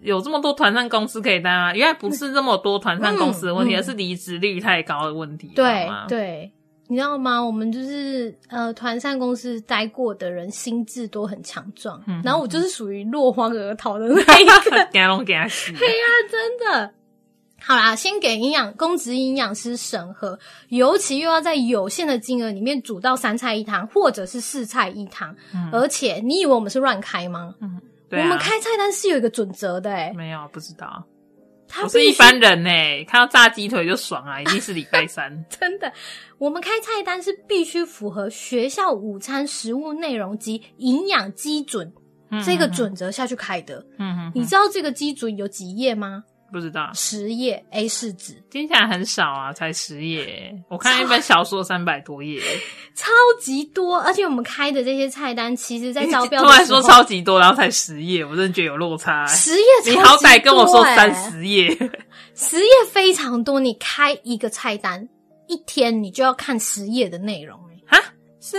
Speaker 2: 有这么多团扇公司可以待吗？原来不是这么多团扇公司的问题，
Speaker 1: 嗯嗯
Speaker 2: 而是离职率太高的问题。
Speaker 1: 对
Speaker 2: 好吗
Speaker 1: 对，你知道吗？我们就是呃，团膳公司待过的人，心智都很强壮。
Speaker 2: 嗯
Speaker 1: 然后我就是属于落荒而逃的那一个，
Speaker 2: 给龙 给 他洗。
Speaker 1: 真的。好啦，先给营养公职营养师审核，尤其又要在有限的金额里面煮到三菜一汤，或者是四菜一汤。
Speaker 2: 嗯
Speaker 1: 而且，你以为我们是乱开吗？
Speaker 2: 对
Speaker 1: 呃
Speaker 2: 啊
Speaker 1: 我们开菜单是有一个准则的、欸，
Speaker 2: 没有不知道，
Speaker 1: 它
Speaker 2: 我是
Speaker 1: 必
Speaker 2: 一
Speaker 1: 须。
Speaker 2: 般人呢、看到炸鸡腿就爽啊，一定是礼拜三
Speaker 1: 真的，我们开菜单是必须符合学校午餐食物内容及营养基准
Speaker 2: 嗯
Speaker 1: 这个，准则下去开的。
Speaker 2: 嗯嗯嗯
Speaker 1: 你知道这个基准有几页吗？
Speaker 2: 不知道，
Speaker 1: 十页 A 四纸，
Speaker 2: 听起来很少啊，才十页。 我看一本小说三百多页。
Speaker 1: 超级多。而且我们开的这些菜单，其实在招标
Speaker 2: 突
Speaker 1: 的
Speaker 2: 然
Speaker 1: 时候
Speaker 2: 说超级多，然后才十页，我真的觉得有落 差、欸。
Speaker 1: 十页、
Speaker 2: 你好歹跟我说
Speaker 1: 欸
Speaker 2: 三，十页，
Speaker 1: 十页非常多。你开一个菜单，一天你就要看十页的内容、欸
Speaker 2: 是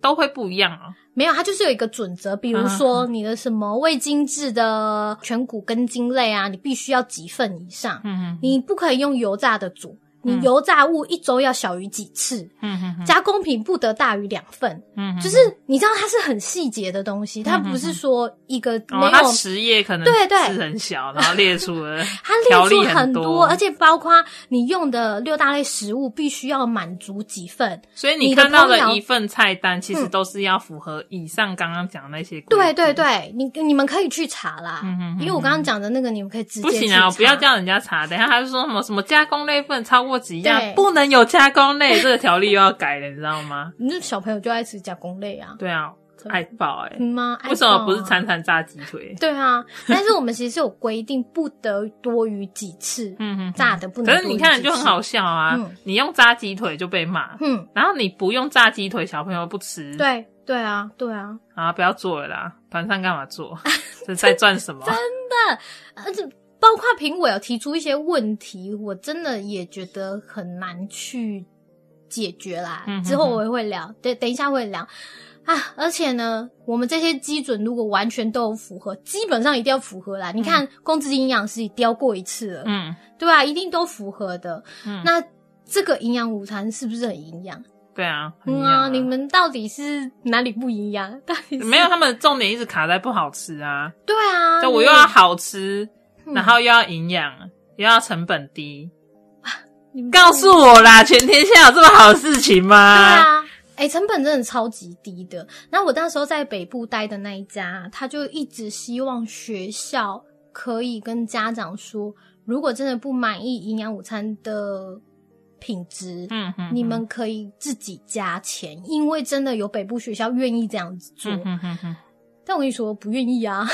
Speaker 2: 都会不一样哦。
Speaker 1: 没有，它就是有一个准则，比
Speaker 2: 啊
Speaker 1: 如
Speaker 2: 嗯
Speaker 1: 说你的什么未精制的全谷根茎类啊，你必须要几份以上，
Speaker 2: 嗯
Speaker 1: 你不可以用油炸的煮，你
Speaker 2: 嗯
Speaker 1: 油炸物一周要小于几次，
Speaker 2: 嗯嗯
Speaker 1: 加工品不得大于两份。
Speaker 2: 嗯
Speaker 1: 就是你知道它是很细节的东西，它不是说一个没有，
Speaker 2: 哦它十页可能
Speaker 1: 对对
Speaker 2: 字很小，然后列出 了
Speaker 1: 它
Speaker 2: 条
Speaker 1: 列
Speaker 2: 例
Speaker 1: 出很
Speaker 2: 多，
Speaker 1: 而且包括你用的六大类食物必须要满足几份，
Speaker 2: 所以
Speaker 1: 你
Speaker 2: 你
Speaker 1: 的
Speaker 2: 看到
Speaker 1: 烹调
Speaker 2: 的一份菜单，其实
Speaker 1: 嗯
Speaker 2: 都是要符合以上刚刚讲的那些。
Speaker 1: 对对，对，你你们可以去查啦，
Speaker 2: 嗯哼嗯哼
Speaker 1: 因为我刚刚讲的那个你们可以直接
Speaker 2: 不行
Speaker 1: 去查
Speaker 2: 啊，我不要叫人家查。等一下他就说什么什么加工类不能超过几样
Speaker 1: 对，
Speaker 2: 不能有加工类，这个条例又要改了，你知道吗？
Speaker 1: 你这小朋友就爱吃加工类啊，
Speaker 2: 对啊
Speaker 1: 真，的
Speaker 2: 爱爆哎、
Speaker 1: 嗯吗？爱
Speaker 2: 为什么不是
Speaker 1: 爆啊
Speaker 2: 餐？餐炸鸡腿？
Speaker 1: 对啊， 但是我们其实有规定，不得多于几次，
Speaker 2: 嗯嗯，
Speaker 1: 炸的不能
Speaker 2: 可
Speaker 1: 多于几次。
Speaker 2: 是你看就很好笑啊，
Speaker 1: 嗯
Speaker 2: 你用炸鸡腿就被骂，
Speaker 1: 嗯，
Speaker 2: 然后你不用炸鸡腿，小朋友不吃，
Speaker 1: 对对啊，对啊，
Speaker 2: 啊，不要做了啦，团扇干 嘛做？这在赚什么？
Speaker 1: 而且包括评委有提出一些问题，我真的也觉得很难去解决啦。
Speaker 2: 嗯哼哼
Speaker 1: 之后我也会聊，等等一下会聊。啊！而且呢，我们这些基准如果完全都有符合，基本上一定要符合啦。你看，公职营养师也雕过一次了，
Speaker 2: 嗯，
Speaker 1: 对啊，一定都符合的。
Speaker 2: 嗯
Speaker 1: 那这个营养午餐是不是很营养？
Speaker 2: 对啊，很
Speaker 1: 嗯
Speaker 2: 一样
Speaker 1: 啊，你们到底是哪里不营养？ 到底是
Speaker 2: 没有他们的重点一直卡在不好吃啊，
Speaker 1: 对啊，
Speaker 2: 就我
Speaker 1: 你
Speaker 2: 又要好吃，
Speaker 1: 嗯
Speaker 2: 然后又要营养，又要成本低，
Speaker 1: 你们
Speaker 2: 告诉我啦，全天下有这么好的事情
Speaker 1: 对
Speaker 2: 吗？
Speaker 1: 啊，哎、成本真的超级低的。那我那时候在北部待的那一家，他就一直希望学校可以跟家长说，如果真的不满意营养午餐的品质。
Speaker 2: 嗯哼，
Speaker 1: 你们可以自己加钱，因为真的有北部学校愿意这样子做。
Speaker 2: 嗯哼哼哼，
Speaker 1: 但我跟你说，不愿意啊，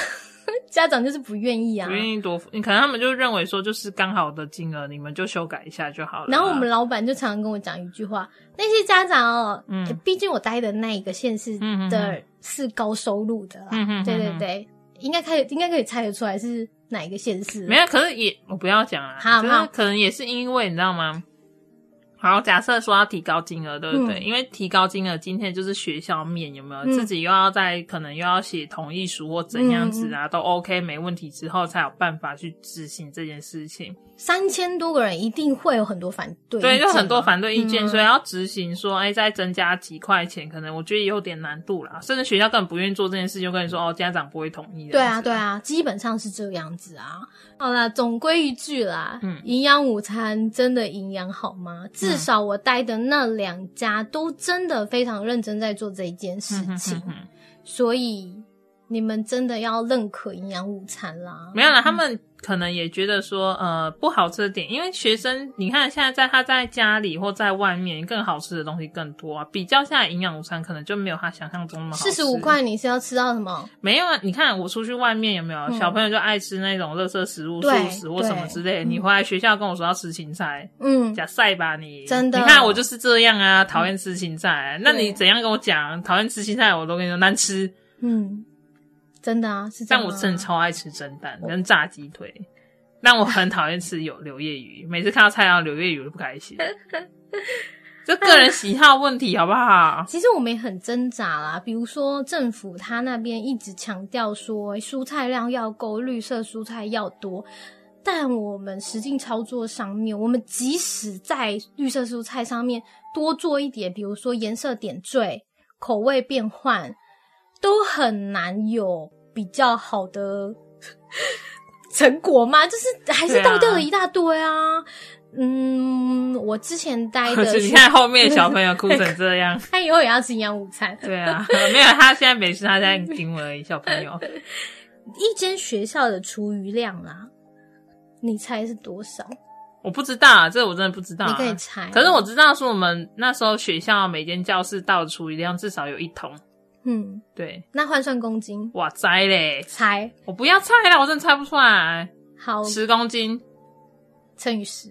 Speaker 1: 家长就是不愿意啊
Speaker 2: 不。愿意多付，你可能他们就认为说就是刚好的金额，你们就修改一下就好了啊。
Speaker 1: 然后我们老板就常常跟我讲一句话：那些家长哦，
Speaker 2: 嗯
Speaker 1: 诶毕竟我待的那一个县市
Speaker 2: 嗯嗯
Speaker 1: 的是高收入的啦，
Speaker 2: 嗯嗯嗯
Speaker 1: 对对
Speaker 2: 嗯
Speaker 1: 对，应该可以应该可以猜得出来是哪一个县市。
Speaker 2: 没有，可是也我不要讲啦，
Speaker 1: 好
Speaker 2: 可
Speaker 1: 好
Speaker 2: 是可能也是因为你知道吗？好，假设说要提高金额，对不对？
Speaker 1: 嗯
Speaker 2: 因为提高金额，今天就是学校面有没有、
Speaker 1: 嗯
Speaker 2: 自己又要在可能又要写同意书或怎样子
Speaker 1: 嗯
Speaker 2: 啊，都 OK 没问题之后，才有办法去执行这件事情。
Speaker 1: 三千多个人一定会有很多反对，
Speaker 2: 对，就很多反对意见，
Speaker 1: 嗯
Speaker 2: 所以要执行说，哎，再增加几块钱，可能我觉得也有点难度啦。甚至学校根本不愿意做这件事，就跟你说哦，家长不会同意的。
Speaker 1: 对啊，对，啊，基本上是这样子啊。好啦，总归一句啦，
Speaker 2: 嗯
Speaker 1: 营养午餐真的营养好吗？至少我待的那两家都真的非常认真在做这一件事
Speaker 2: 嗯哼
Speaker 1: 情
Speaker 2: 哼，哼
Speaker 1: 所以你们真的要认可营养午餐啦。
Speaker 2: 没有啦，他们可能也觉得说，呃，不好吃的点，因为学生，你看现在在他在家里或在外面，更好吃的东西更多啊。比较下来，营养午餐可能就没有他想象中那么好吃。
Speaker 1: 四十五块你是要吃到什么？
Speaker 2: 没有啊？你看我出去外面有没有、
Speaker 1: 嗯
Speaker 2: 小朋友就爱吃那种垃圾食物、素
Speaker 1: 对
Speaker 2: 食或什么之类
Speaker 1: 对
Speaker 2: 的？你回来学校跟我说要吃芹菜，
Speaker 1: 嗯，
Speaker 2: 假晒吧你！
Speaker 1: 真的嗯
Speaker 2: 你看我就是这样啊，讨厌吃芹菜。那你
Speaker 1: 对
Speaker 2: 怎样跟我讲讨厌吃芹菜，我都跟你说难吃。
Speaker 1: 嗯，真的啊，是这样、
Speaker 2: 但
Speaker 1: 啊。
Speaker 2: 我真的超爱吃蒸蛋跟炸鸡腿，但我很讨厌吃有 柳叶鱼，每次看到菜肴柳叶鱼我就不 开心。这个人喜好问题，好不好？
Speaker 1: 其实我们也很挣扎啦，比如说政府他那边一直强调说蔬菜量要够，绿色蔬菜要多，但我们实际操作上面，我们即使在绿色蔬菜上面多做一点，比如说颜色点缀、口味变换，都很难有比较好的 成果嘛，就是还是
Speaker 2: 对啊
Speaker 1: 倒掉了一大堆啊。嗯， 我之前待
Speaker 2: 可
Speaker 1: 的
Speaker 2: 是你
Speaker 1: 学
Speaker 2: 看后面的小朋友哭成这样
Speaker 1: ，他以后也要吃营养午餐。
Speaker 2: 对啊，没有他现在没事，他现在顶我而已。小朋友，
Speaker 1: 一间学校的厨余量啦、你猜是多少？
Speaker 2: 我不知道，啊，这我真的不知道、
Speaker 1: 你
Speaker 2: 啊。
Speaker 1: 可以猜。
Speaker 2: 可是我，知道，是我们那时候学校每间教室倒出一量至少有一桶。
Speaker 1: 嗯，
Speaker 2: 对，
Speaker 1: 那换算公斤，
Speaker 2: 哇塞嘞！
Speaker 1: 猜
Speaker 2: 我不要猜啦，我真的猜不出来。
Speaker 1: 好
Speaker 2: 十公斤，
Speaker 1: 乘以十，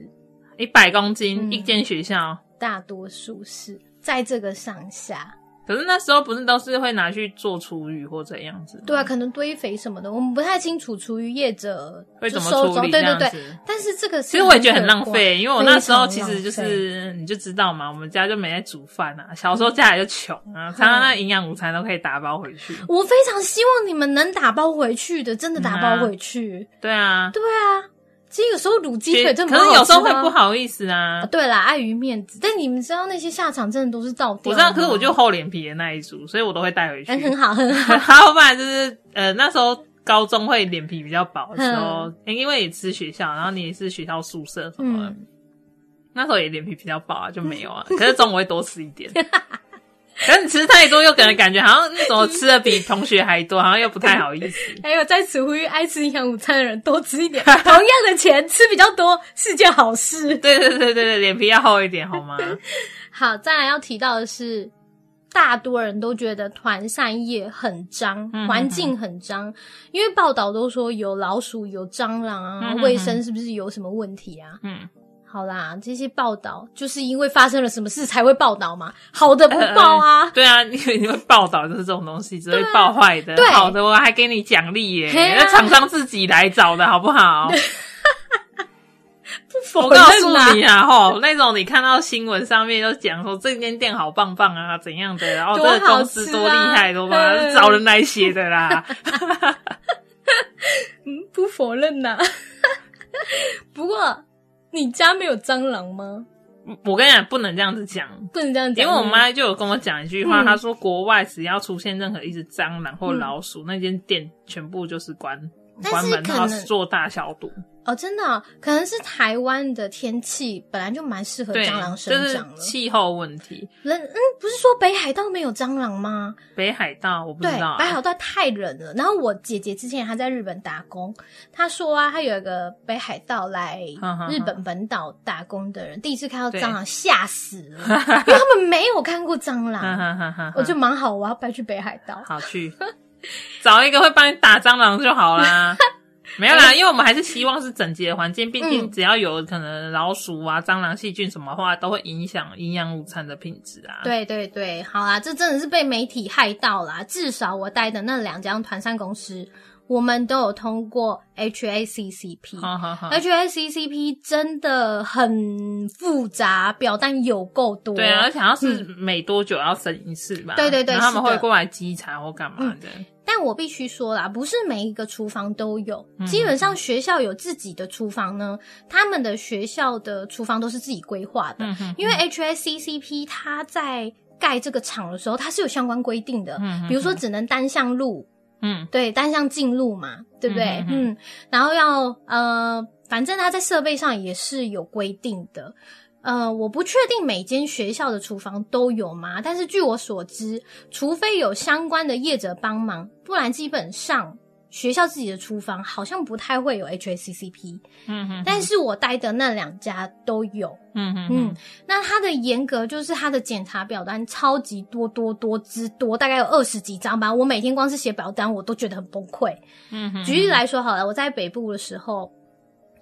Speaker 2: 一百公斤、
Speaker 1: 嗯
Speaker 2: 一间学校，
Speaker 1: 大多数是在这个上下。
Speaker 2: 可是那时候不是都是会拿去做厨余或怎样子？
Speaker 1: 对啊，，可能堆肥什么的，我们不太清楚厨余业者
Speaker 2: 会
Speaker 1: 就
Speaker 2: 怎么
Speaker 1: 收
Speaker 2: 处
Speaker 1: 走
Speaker 2: 理
Speaker 1: 对
Speaker 2: 这
Speaker 1: 对
Speaker 2: 样子？
Speaker 1: 对，但是这个
Speaker 2: 其实我也觉得很
Speaker 1: 可
Speaker 2: 浪
Speaker 1: 观
Speaker 2: 费，因为我那时候
Speaker 1: 非
Speaker 2: 其
Speaker 1: 常
Speaker 2: 实就
Speaker 1: 浪费
Speaker 2: 是你就知道嘛，我们家就没在煮饭啊，小时候家里就穷
Speaker 1: 嗯
Speaker 2: 啊，常常那营养午餐都可以打包回去。
Speaker 1: 我非常希望你们能打包回去的，真的打
Speaker 2: 嗯
Speaker 1: 包回去。
Speaker 2: 对啊，
Speaker 1: 对啊，其实有时候卤鸡腿真的蛮
Speaker 2: 可是
Speaker 1: 好
Speaker 2: 有时候
Speaker 1: 吃的
Speaker 2: 会
Speaker 1: 啊
Speaker 2: 不好意思啊
Speaker 1: 啊，。对啦，碍于面子，但你们知道那些下场真的都是倒掉。
Speaker 2: 我知道，可是我就厚脸皮的那一组，所以我都会带回去。
Speaker 1: 嗯很好很好，
Speaker 2: 然后不然就是呃那时候高中会脸皮比较薄的时候，欸因为也吃学校，然后你也是学校宿舍什么的，
Speaker 1: 嗯
Speaker 2: 那时候也脸皮比较薄啊，就没 有啊。可是中午会多吃一点。 可是你吃太多，又给人感觉好像那种吃的比同学还多，好像又不太好意思。
Speaker 1: 还有在此呼吁爱吃营养午餐的人多吃一点，同样的钱吃比较多是件好事。
Speaker 2: 对对对对对，脸皮要厚一点好吗？
Speaker 1: 好，再来要提到的是，大多人都觉得团扇叶很脏
Speaker 2: 嗯，
Speaker 1: 环境很脏，因为报道都说有老鼠、有蟑螂啊
Speaker 2: 嗯嗯，嗯
Speaker 1: 卫生是不是有什么问题啊？
Speaker 2: 嗯，
Speaker 1: 好啦，这些报道就是因为发生了什么事才会报道嘛，好的不
Speaker 2: 呃
Speaker 1: 报啊。
Speaker 2: 对啊， 你你会报道就是这种东西，只会报坏的。
Speaker 1: 对
Speaker 2: 好的，我还给你奖励耶，
Speaker 1: 嘿啊
Speaker 2: 那厂商自己来找的好不好？我
Speaker 3: 否
Speaker 2: 告
Speaker 3: 认
Speaker 2: 诉
Speaker 3: 啦。
Speaker 2: 你 啊，吼，那种你看到新闻上面就讲说这间店好棒棒啊，怎样的，然后这
Speaker 1: 多好
Speaker 2: 个
Speaker 1: 吃啊
Speaker 2: 公司多厉害，多吧，
Speaker 3: 嗯
Speaker 2: 是找人来写的啦。
Speaker 3: 嗯，不否认呐、
Speaker 1: 不过你家没有蟑螂吗？
Speaker 2: 我跟你讲，不能这样子讲，
Speaker 1: 不能这样
Speaker 2: 因
Speaker 1: 讲，啊
Speaker 2: 为我妈就有跟我讲一句话，
Speaker 1: 嗯
Speaker 2: 她说国外只要出现任何一只蟑螂或老鼠，那间店全部就是关
Speaker 1: 但是
Speaker 2: 关门，
Speaker 1: 可
Speaker 2: 然后
Speaker 1: 能
Speaker 2: 做大消毒。
Speaker 1: 哦，真的哦、可能是台湾的天气本来就蛮适合
Speaker 2: 对，
Speaker 1: 蟑螂生
Speaker 2: 这是
Speaker 1: 长了。
Speaker 2: 气候问题。
Speaker 1: 人嗯，不是说北海道没有蟑螂吗？
Speaker 2: 北海道我不
Speaker 1: 对
Speaker 2: 知道、，啊
Speaker 1: 北海道太冷了。然后我姐姐之前她在日本打工，她说啊，她有一个北海道来
Speaker 2: 哈哈哈
Speaker 1: 日本本岛打工的人，第一次看到
Speaker 2: 对
Speaker 1: 蟑螂吓死 了，因为他们没有看过蟑
Speaker 2: 哈
Speaker 1: 螂。
Speaker 2: 哈哈哈哈，
Speaker 1: 我就蛮好，我要搬去北海道。
Speaker 2: 好去找一个会帮你打蟑螂就好啦。没有啦，因为我们还是希望是整洁的环境，毕竟
Speaker 1: 嗯
Speaker 2: 只要有可能老鼠啊、蟑螂、细菌什么的话，都会影响营养午餐的品质啊。，
Speaker 1: 对对对，好啦，这真的是被媒体害到啦。至少我待的那两家团膳公司，我们都有通过 HACCP。
Speaker 2: 好好好，
Speaker 1: HACCP 真的很复杂，表单有够多。
Speaker 2: 对啊，而且好像是每多久要审一次吧？
Speaker 1: 对对对
Speaker 2: 然后他们
Speaker 1: 是的
Speaker 2: 会过来稽查或干嘛的。
Speaker 1: 但我必须说啦，不是每一个厨房都有，
Speaker 2: 嗯
Speaker 1: 基本上学校有自己的厨房呢，他们的学校的厨房都是自己规划的，
Speaker 2: 嗯哼，
Speaker 1: 因为 HACCP 它在盖这个厂的时候，它是有相关规定的，
Speaker 2: 嗯
Speaker 1: 比如说只能单向路，
Speaker 2: 嗯
Speaker 1: 对，单向进入嘛，对不对
Speaker 2: 嗯？哼
Speaker 1: 嗯，然后要呃，反正它在设备上也是有规定的。呃，我不确定每间学校的厨房都有吗？但是据我所知，除非有相关的业者帮忙，不然基本上学校自己的厨房好像不太会有 HACCP。
Speaker 2: 嗯哼，
Speaker 1: 但是我待的那两家都有，
Speaker 2: 嗯哼
Speaker 1: 嗯
Speaker 2: 嗯，
Speaker 1: 那它的严格就是它的检查表单超级多多多之多，大概有二十几张吧。我每天光是写表单，我都觉得很崩溃。
Speaker 2: 嗯哼，
Speaker 1: 举例来说好了，我在北部的时候，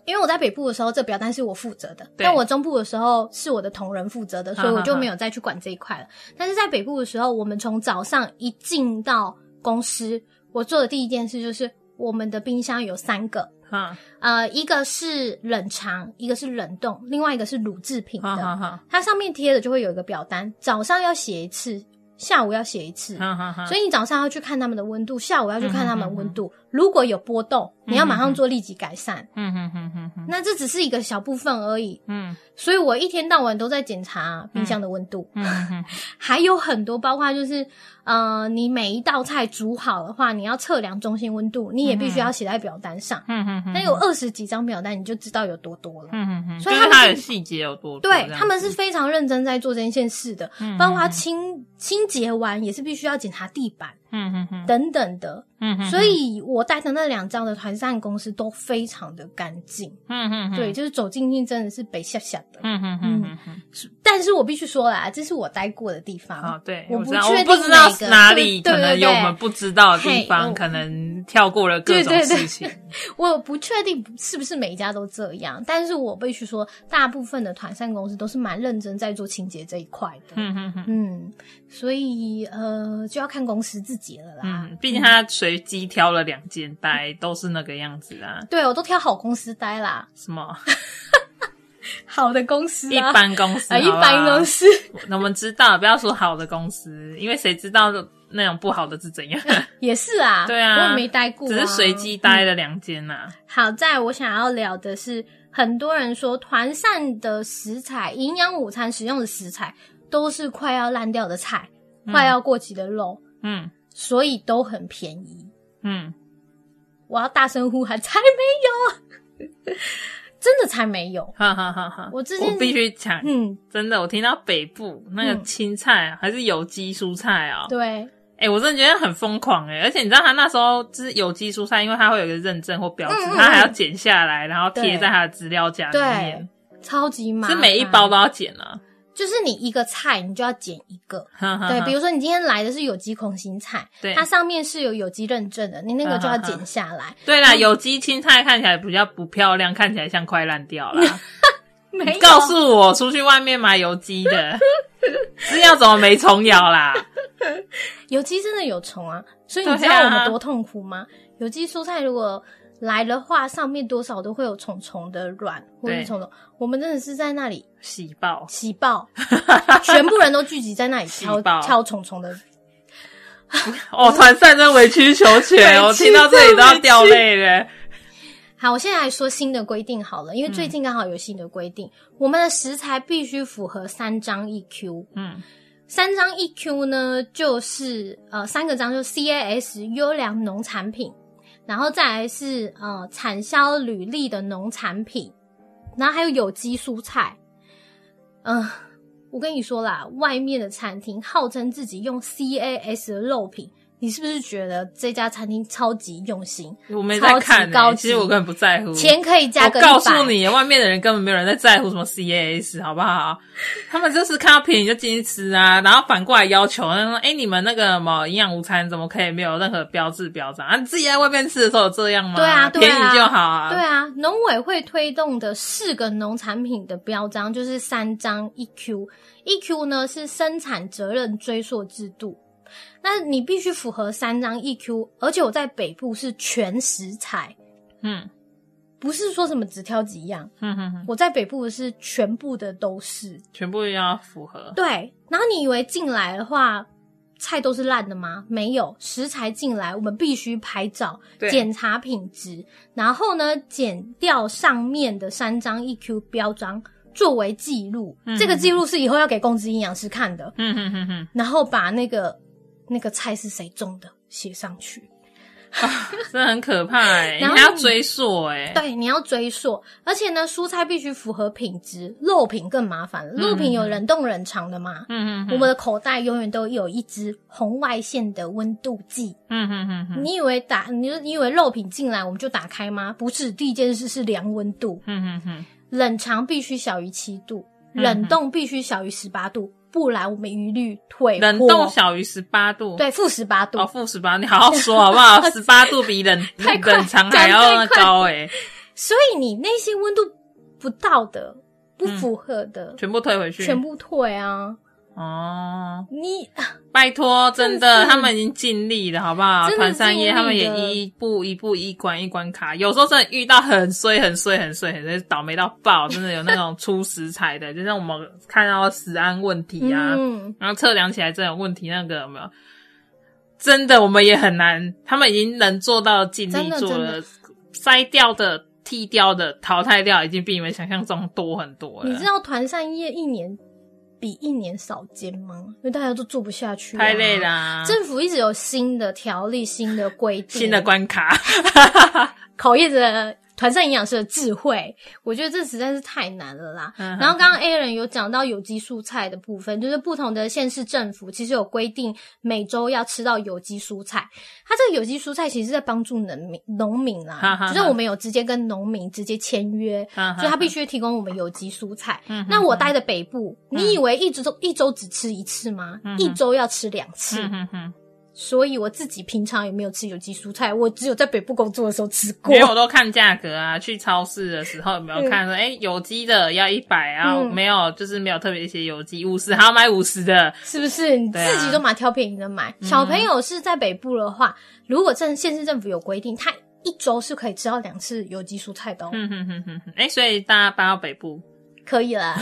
Speaker 1: 因为我在北部的时候，这表单是我负责的；
Speaker 2: 对
Speaker 1: 但我中部的时候是我的同仁负责的，所以我就没有再去管这一块了。但是在北部的时候，我们从早上一进到公司，我做的第一件事就是我们的冰箱有三个，
Speaker 2: 哈，
Speaker 1: 呃，一个是冷藏，一个是冷冻，另外一个是乳制品
Speaker 2: 哈哈
Speaker 1: 的。
Speaker 2: 哈
Speaker 1: 它上面贴的就会有一个表单，早上要写一次，下午要写一次，
Speaker 2: 哈哈哈，
Speaker 1: 所
Speaker 2: 以
Speaker 1: 以你早上要去看他们的温度，下午要去看他们的温度。如果有波动，你要马上做立即改善。
Speaker 2: 嗯哼哼哼哼，
Speaker 1: 那这只是一个小部分而已，
Speaker 2: 嗯
Speaker 1: 所以我一天到晚都在检查冰箱的温度，
Speaker 2: 嗯哼哼，
Speaker 1: 还有很多，包括就是呃，你每一道菜煮好的话，你要测量中心温度，你也必须要写在表单上。
Speaker 2: 嗯哼哼，
Speaker 1: 那有二十几张表单，你就知道有多多了。
Speaker 2: 嗯哼哼，
Speaker 1: 所以
Speaker 2: 就是
Speaker 1: 他们
Speaker 2: 它
Speaker 1: 是
Speaker 2: 的细节有多多这
Speaker 1: 对
Speaker 2: 样子，
Speaker 1: 他们是非常认真在做这件事的，
Speaker 2: 嗯
Speaker 1: 包括清清洁完也是必须要检查地板
Speaker 2: 嗯哼哼，
Speaker 1: 等等的。
Speaker 2: 嗯哼，
Speaker 1: 所以我带的那两张的团扇公司都非常的干净，
Speaker 2: 嗯哼哼，
Speaker 1: 对，就是走进去真的是北下下的。
Speaker 2: 嗯哼哼哼哼，
Speaker 1: 但是我必须说啦，这是我待过的地
Speaker 2: 啊，
Speaker 1: 方，
Speaker 2: 对，
Speaker 1: 我
Speaker 2: 我
Speaker 1: 不
Speaker 2: 知道，
Speaker 1: 确
Speaker 2: 我不
Speaker 1: 定
Speaker 2: 知道
Speaker 1: 哪个
Speaker 2: 哪
Speaker 1: 对
Speaker 2: 里
Speaker 1: 对
Speaker 2: 可
Speaker 1: 对
Speaker 2: 能有
Speaker 1: 对
Speaker 2: 我们不知道的地
Speaker 1: 嘿
Speaker 2: 方，
Speaker 1: 我
Speaker 2: 可能跳过了各
Speaker 1: 对
Speaker 2: 种
Speaker 1: 对对
Speaker 2: 事情，
Speaker 1: 我不确定是不是每一家都这样，但是我必须说，大部分的团扇公司都是蛮认真在做清洁这一块的。
Speaker 2: 嗯哼哼。
Speaker 1: 嗯，所以呃，就要看公司自己了啦。
Speaker 2: 嗯，毕竟他随机挑了两间待，都是那个样子啊。
Speaker 1: 对，我都挑好公司待啦，
Speaker 2: 什么
Speaker 1: 啊好的公司
Speaker 2: 一
Speaker 1: 啊，
Speaker 2: 般公司
Speaker 1: 啊，一般公
Speaker 2: 司，啊
Speaker 1: 司。
Speaker 2: 我们知道，不要说好的公司，因为谁知道那种不好的是怎 样？
Speaker 1: 也是啊，
Speaker 2: 对啊
Speaker 1: 我也没待过、啊，
Speaker 2: 只是随机待了两间啊呐。
Speaker 1: 好在我想要聊的是，很多人说团膳的食材、营养午餐使用的食材都是快要烂掉的菜、快要过期的肉，
Speaker 2: 嗯
Speaker 1: 所以都很便宜。
Speaker 2: 嗯，
Speaker 1: 我要大声呼喊，才 没有，真的才没有。
Speaker 2: 哈哈哈哈！
Speaker 1: 我之前
Speaker 2: 我必须讲，
Speaker 1: 嗯，
Speaker 2: 真的，我听到北部那个
Speaker 1: 嗯
Speaker 2: 青菜、啊还是有机蔬菜啊、
Speaker 1: 对，
Speaker 2: 哎、我真的觉得很疯狂哎、而且你知道他那时候就是有机蔬菜，因为它会有一个认证或标志，
Speaker 1: 嗯嗯嗯
Speaker 2: 他还要剪下来，然后
Speaker 1: 对
Speaker 2: 贴在他的资料夹里面，
Speaker 1: 超级麻
Speaker 2: 是
Speaker 1: 烦。
Speaker 2: 每一包，都要剪啊。
Speaker 1: 就是你一个菜，你就要剪一个。对，
Speaker 2: 对
Speaker 1: 比如说你今天来的是有机空心菜，
Speaker 2: 对
Speaker 1: 它上面是有有机认证的，你那个就要
Speaker 2: 嗯嗯嗯
Speaker 1: 剪下来。
Speaker 2: 对啦，有机青菜看起来比较不漂亮，看起来像快烂掉啦。
Speaker 1: 没有
Speaker 2: 告诉我出去外面买有机的， 是要怎么没虫咬啦？
Speaker 1: 有机真的有虫啊，所以你知
Speaker 2: 对
Speaker 1: 道
Speaker 2: 啊
Speaker 1: 我们多痛苦吗？有机蔬菜如果来的话，上面多少都会有虫虫的卵或者
Speaker 2: 对
Speaker 1: 是虫虫。我们真的是在那里
Speaker 2: 喜报，
Speaker 1: 起爆， 全部人都聚集在那里敲
Speaker 2: 起爆
Speaker 1: 敲虫虫的。
Speaker 2: 哦，团扇真委曲求全，
Speaker 1: 嗯
Speaker 2: 我
Speaker 1: 委屈
Speaker 2: 听到这里都要掉泪了。
Speaker 1: 好，我现在来说新的规定好了，因为
Speaker 2: 嗯
Speaker 1: 最近刚好有新的规定，我们的食材必须符合三张一 Q。
Speaker 2: 嗯，
Speaker 1: 三张一 Q 呢，就是呃三个章就是 CAS 优良农产品，然后再来是呃产销履历的农产品，然后还有有机蔬菜。嗯、我跟你说啦，外面的餐厅号称自己用 CAS 的肉品，你是不是觉得这家餐厅超级用心？
Speaker 2: 我没在
Speaker 1: 超级
Speaker 2: 看呢、
Speaker 1: 高级
Speaker 2: 其实我根本不在乎。
Speaker 1: 钱可以加个
Speaker 2: 嗯
Speaker 1: 一
Speaker 2: 我
Speaker 1: 百，
Speaker 2: 告诉你，外面的人根本没有人在在乎什么 CAS，好不好？ 他们就是看到便宜就进去吃啊，然后反过来要求，他说：“哎、你们那个什么营养午餐怎么可以没有任何标志标章啊？你自己在外面吃的时候有这样吗？
Speaker 1: 对啊对
Speaker 2: 便
Speaker 1: 啊
Speaker 2: 宜就好啊。
Speaker 1: 对啊，农委会推动的四个农产品的标章就是三张一 Q，一 Q 呢是生产责任追溯制度，那你必须符合三张一 Q，而且我在北部是全食材，
Speaker 2: 嗯
Speaker 1: 不是说什么只挑几样，
Speaker 2: 哼哼哼，
Speaker 1: 我在北部是全部的都是。
Speaker 2: 全部要符合。
Speaker 1: 对，然后你以为进来的话。菜都是烂的吗？没有，食材进来我们必须拍照
Speaker 2: 对
Speaker 1: 检查品质，然后呢剪掉上面的三张 EQ 标章作为记录。
Speaker 2: 嗯
Speaker 1: 这个记录是以后要给公司营养师看的，
Speaker 2: 嗯哼哼哼，
Speaker 1: 然后把那个那个菜是谁种的写上去。
Speaker 2: 真的很可怕哎、你
Speaker 1: 然后
Speaker 2: 还要追溯哎、
Speaker 1: 对，你要追溯，而且呢，蔬菜必须符合品质，肉品更麻烦
Speaker 2: 嗯
Speaker 1: 了。肉品有冷冻冷藏的嘛，
Speaker 2: 嗯哼哼，
Speaker 1: 我们的口袋永远都有一支红外线的温度计。
Speaker 2: 嗯哼哼哼，
Speaker 1: 你以为打你就你以为肉品进来我们就打开吗？不是，第一件事是量温度，
Speaker 2: 嗯哼哼，
Speaker 1: 冷藏必须小于七度，
Speaker 2: 嗯
Speaker 1: 冷冻必须小于十八度，不然我们一律退货。
Speaker 2: 冷冻小于十八度，
Speaker 1: 对负十八度，
Speaker 2: 哦，负十八，你好好说好 不好？十八度比冷
Speaker 1: 太快
Speaker 2: 冷藏还要高哎、
Speaker 1: 所以你那些温度不到的、不符合的，
Speaker 2: 全部退回嗯去。
Speaker 1: 全部退啊！
Speaker 2: 哦，
Speaker 1: 你
Speaker 2: 拜托，真
Speaker 1: 真
Speaker 2: 的，
Speaker 1: 是
Speaker 2: 他们已经尽力了，好不好？
Speaker 1: 真的
Speaker 2: 团扇
Speaker 1: 尽力
Speaker 2: 叶
Speaker 1: 了
Speaker 2: 他们也一步一步一关一关卡，有时候真的遇到很衰、很衰、很衰、很衰，倒霉到爆，真的有那种出食材的，就像我们看到食安问题啊，
Speaker 1: 嗯，
Speaker 2: 然后测量起来真的有问题，那个有没有？真的，我们也很难，他们已经能做到尽力
Speaker 1: 真的
Speaker 2: 做
Speaker 1: 真
Speaker 2: 了
Speaker 1: 的，
Speaker 2: 筛掉的、剃掉的、淘汰掉，已经比你们想象中多很多了。
Speaker 1: 你知道团扇业一年比一年少见吗？因为大家都做不下去、啊
Speaker 2: 太累啦、。
Speaker 1: 政府一直有新的条例、新的规定、
Speaker 2: 啊新的关卡，
Speaker 1: 考验着团膳营养师的智慧，我觉得这实在是太难了啦。
Speaker 2: 嗯
Speaker 1: 然后刚刚 A 人有讲到有机蔬菜的部分，就是不同的县市政府其实有规定每周要吃到有机蔬菜。它这个有机蔬菜其实是在帮助农民农民
Speaker 2: 哈哈
Speaker 1: 啦，
Speaker 2: 哈
Speaker 1: 就是我们有直接跟农民直接签约，
Speaker 2: 哈哈
Speaker 1: 所以他必须提供我们有机蔬菜
Speaker 2: 嗯哼。
Speaker 1: 那我待的北部，你以为一周一周只吃一次吗
Speaker 2: 嗯？哼
Speaker 1: 一周要吃两次，
Speaker 2: 嗯哼哼，
Speaker 1: 所以我自己平常也没有吃有机蔬菜，我只有在北部工作的时候吃过
Speaker 2: 因。为我都看价格啊，去超市的时候有没有看说，哎、有机的要一百啊，
Speaker 1: 嗯
Speaker 2: 没有就是没有特别写有机，五十还要买五十的，
Speaker 1: 是不是？你
Speaker 2: 对啊嗯
Speaker 1: 自己都蛮挑便宜的买。小朋友是在北部的话，如果政县市政府有规定，他一周是可以吃到两次有机蔬菜的、哦，
Speaker 2: 嗯哼哼哼哼，哎、所以大家搬到北部，
Speaker 1: 可以 啦，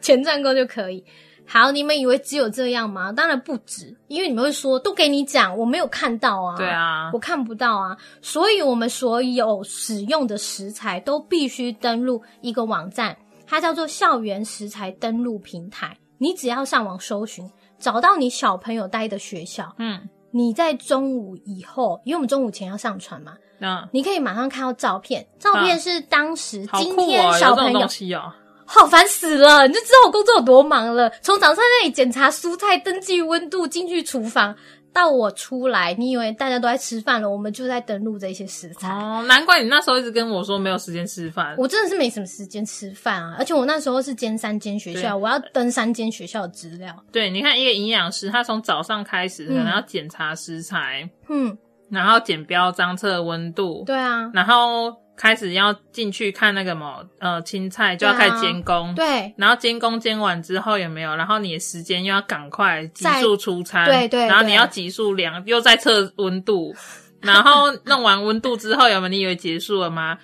Speaker 1: 钱赚够就可以。好，你们以为只有这样吗？当然不止，因为你们会说都给你讲，我没有看到啊，
Speaker 2: 对，啊
Speaker 1: 我，看不到啊，所以我们所有使用的食材都必须登录一个网站，它叫做校园食材登录平台。你只要上网搜寻，找到你小朋友待的学校，
Speaker 2: 嗯，
Speaker 1: 你在中午以后，因为我们中午前要上传嘛，
Speaker 2: 那、
Speaker 1: 你可以马上看到照片。照片是当时、
Speaker 2: 啊好
Speaker 1: 今
Speaker 2: 酷
Speaker 1: 天
Speaker 2: 哦，有
Speaker 1: 小
Speaker 2: 这
Speaker 1: 朋
Speaker 2: 种
Speaker 1: 友
Speaker 2: 东，西 哦，
Speaker 1: 好烦死了！你就知道我工作有多忙了。从早上那里检查蔬菜、登记温度，进去厨房，到我出来，你以为大家都在吃饭了，我们就在登录这些食材。
Speaker 2: 哦，难怪你那时候一直跟我说没有时间吃饭。
Speaker 1: 我真的是没什么时间吃饭啊，而且我那时候是兼三间学
Speaker 2: 对
Speaker 1: 校，我要登三间学校的资料。
Speaker 2: 对，你看一个营养师，他从早上开始，可
Speaker 1: 嗯
Speaker 2: 能要检查食材，
Speaker 1: 嗯，
Speaker 2: 然后检标章、测温度，
Speaker 1: 对啊，
Speaker 2: 然后开始要进去看那个什么呃青菜，就要开始监工。
Speaker 1: 啊对，
Speaker 2: 然后监工监完之后有没有？然后你的时间又要赶快急速出餐，
Speaker 1: 再对对
Speaker 2: 然后你
Speaker 1: 对
Speaker 2: 要急速量，又在测温度，然后弄完温度之后，有没有你以为结束了吗？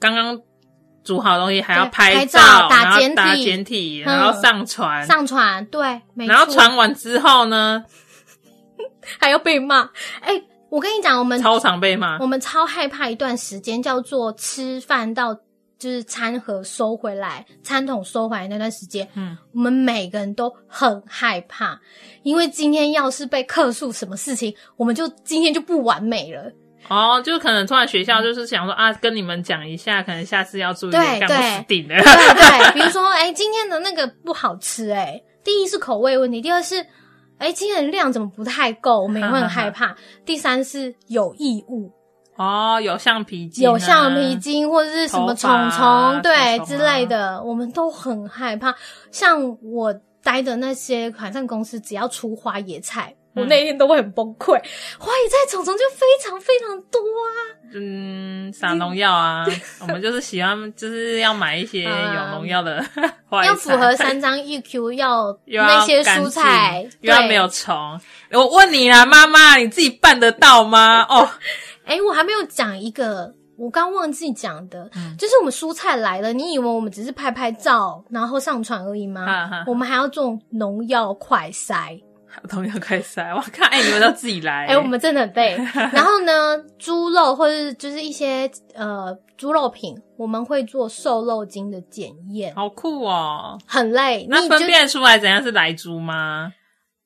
Speaker 2: 刚刚煮好东西还要
Speaker 1: 对拍
Speaker 2: 照，
Speaker 1: 照打
Speaker 2: 然后
Speaker 1: 简体
Speaker 2: 打简体，
Speaker 1: 嗯
Speaker 2: 然后上传，
Speaker 1: 上传对，没
Speaker 2: 然后
Speaker 1: 错
Speaker 2: 传完之后呢，
Speaker 1: 还要被骂。哎、我跟你讲，我们
Speaker 2: 超啊常被骂。
Speaker 1: 我们超害怕一段时间，叫做吃饭到就是餐盒收回来、餐桶收回来那段时间，
Speaker 2: 嗯，
Speaker 1: 我们每个人都很害怕，因为今天要是被客诉什么事情，我们就今天就不完美了。
Speaker 2: 哦，就可能突然学校就是想说啊，跟你们讲一下，可能下次要注意点，
Speaker 1: 对
Speaker 2: 干不
Speaker 1: 对
Speaker 2: 死定了。
Speaker 1: 对对，比如说，哎、今天的那个不好吃、哎，第一是口味问题，第二是，哎、今天的量怎么不太够，我们也会很害怕。第三是有异物，
Speaker 2: 哦，有橡皮筋、啊，
Speaker 1: 有橡皮，筋或者是什么
Speaker 2: 头
Speaker 1: 虫
Speaker 2: 发
Speaker 1: 虫、
Speaker 2: 啊
Speaker 1: 对
Speaker 2: 虫虫啊
Speaker 1: 之类的，我们都很害怕。像我待的那些款散公司，只要出花野菜。我
Speaker 2: 嗯
Speaker 1: 那一天都会很崩溃，花野菜虫虫就非常非常多啊！
Speaker 2: 嗯，撒农药啊。我们就是喜欢，就是要买一 些有农药的花
Speaker 1: 啊
Speaker 2: 椰菜，
Speaker 1: 要符合三张 EQ，要
Speaker 2: 又要
Speaker 1: 那些
Speaker 2: 干
Speaker 1: 蔬菜
Speaker 2: 净，又要
Speaker 1: 对
Speaker 2: 没有虫。我问你啦，妈妈，你自己办得 到吗？哦，
Speaker 1: 哎、我还没有讲一个，我刚忘记讲的，
Speaker 2: 嗯
Speaker 1: 就是我们蔬菜来了，你以为我们只是拍拍照然后上传而已吗？
Speaker 2: 哈哈
Speaker 1: 我们还要种农药快筛，
Speaker 2: 农药快塞，我看，哎、你们都自己 来、
Speaker 1: 哎、我们真的很 背。然后呢，猪肉或者就是一些呃猪肉品，我们会做瘦肉精的检验，
Speaker 2: 好酷哦。
Speaker 1: 很累。
Speaker 2: 那
Speaker 1: 你
Speaker 2: 分
Speaker 1: 就
Speaker 2: 辨出来怎样是来猪吗？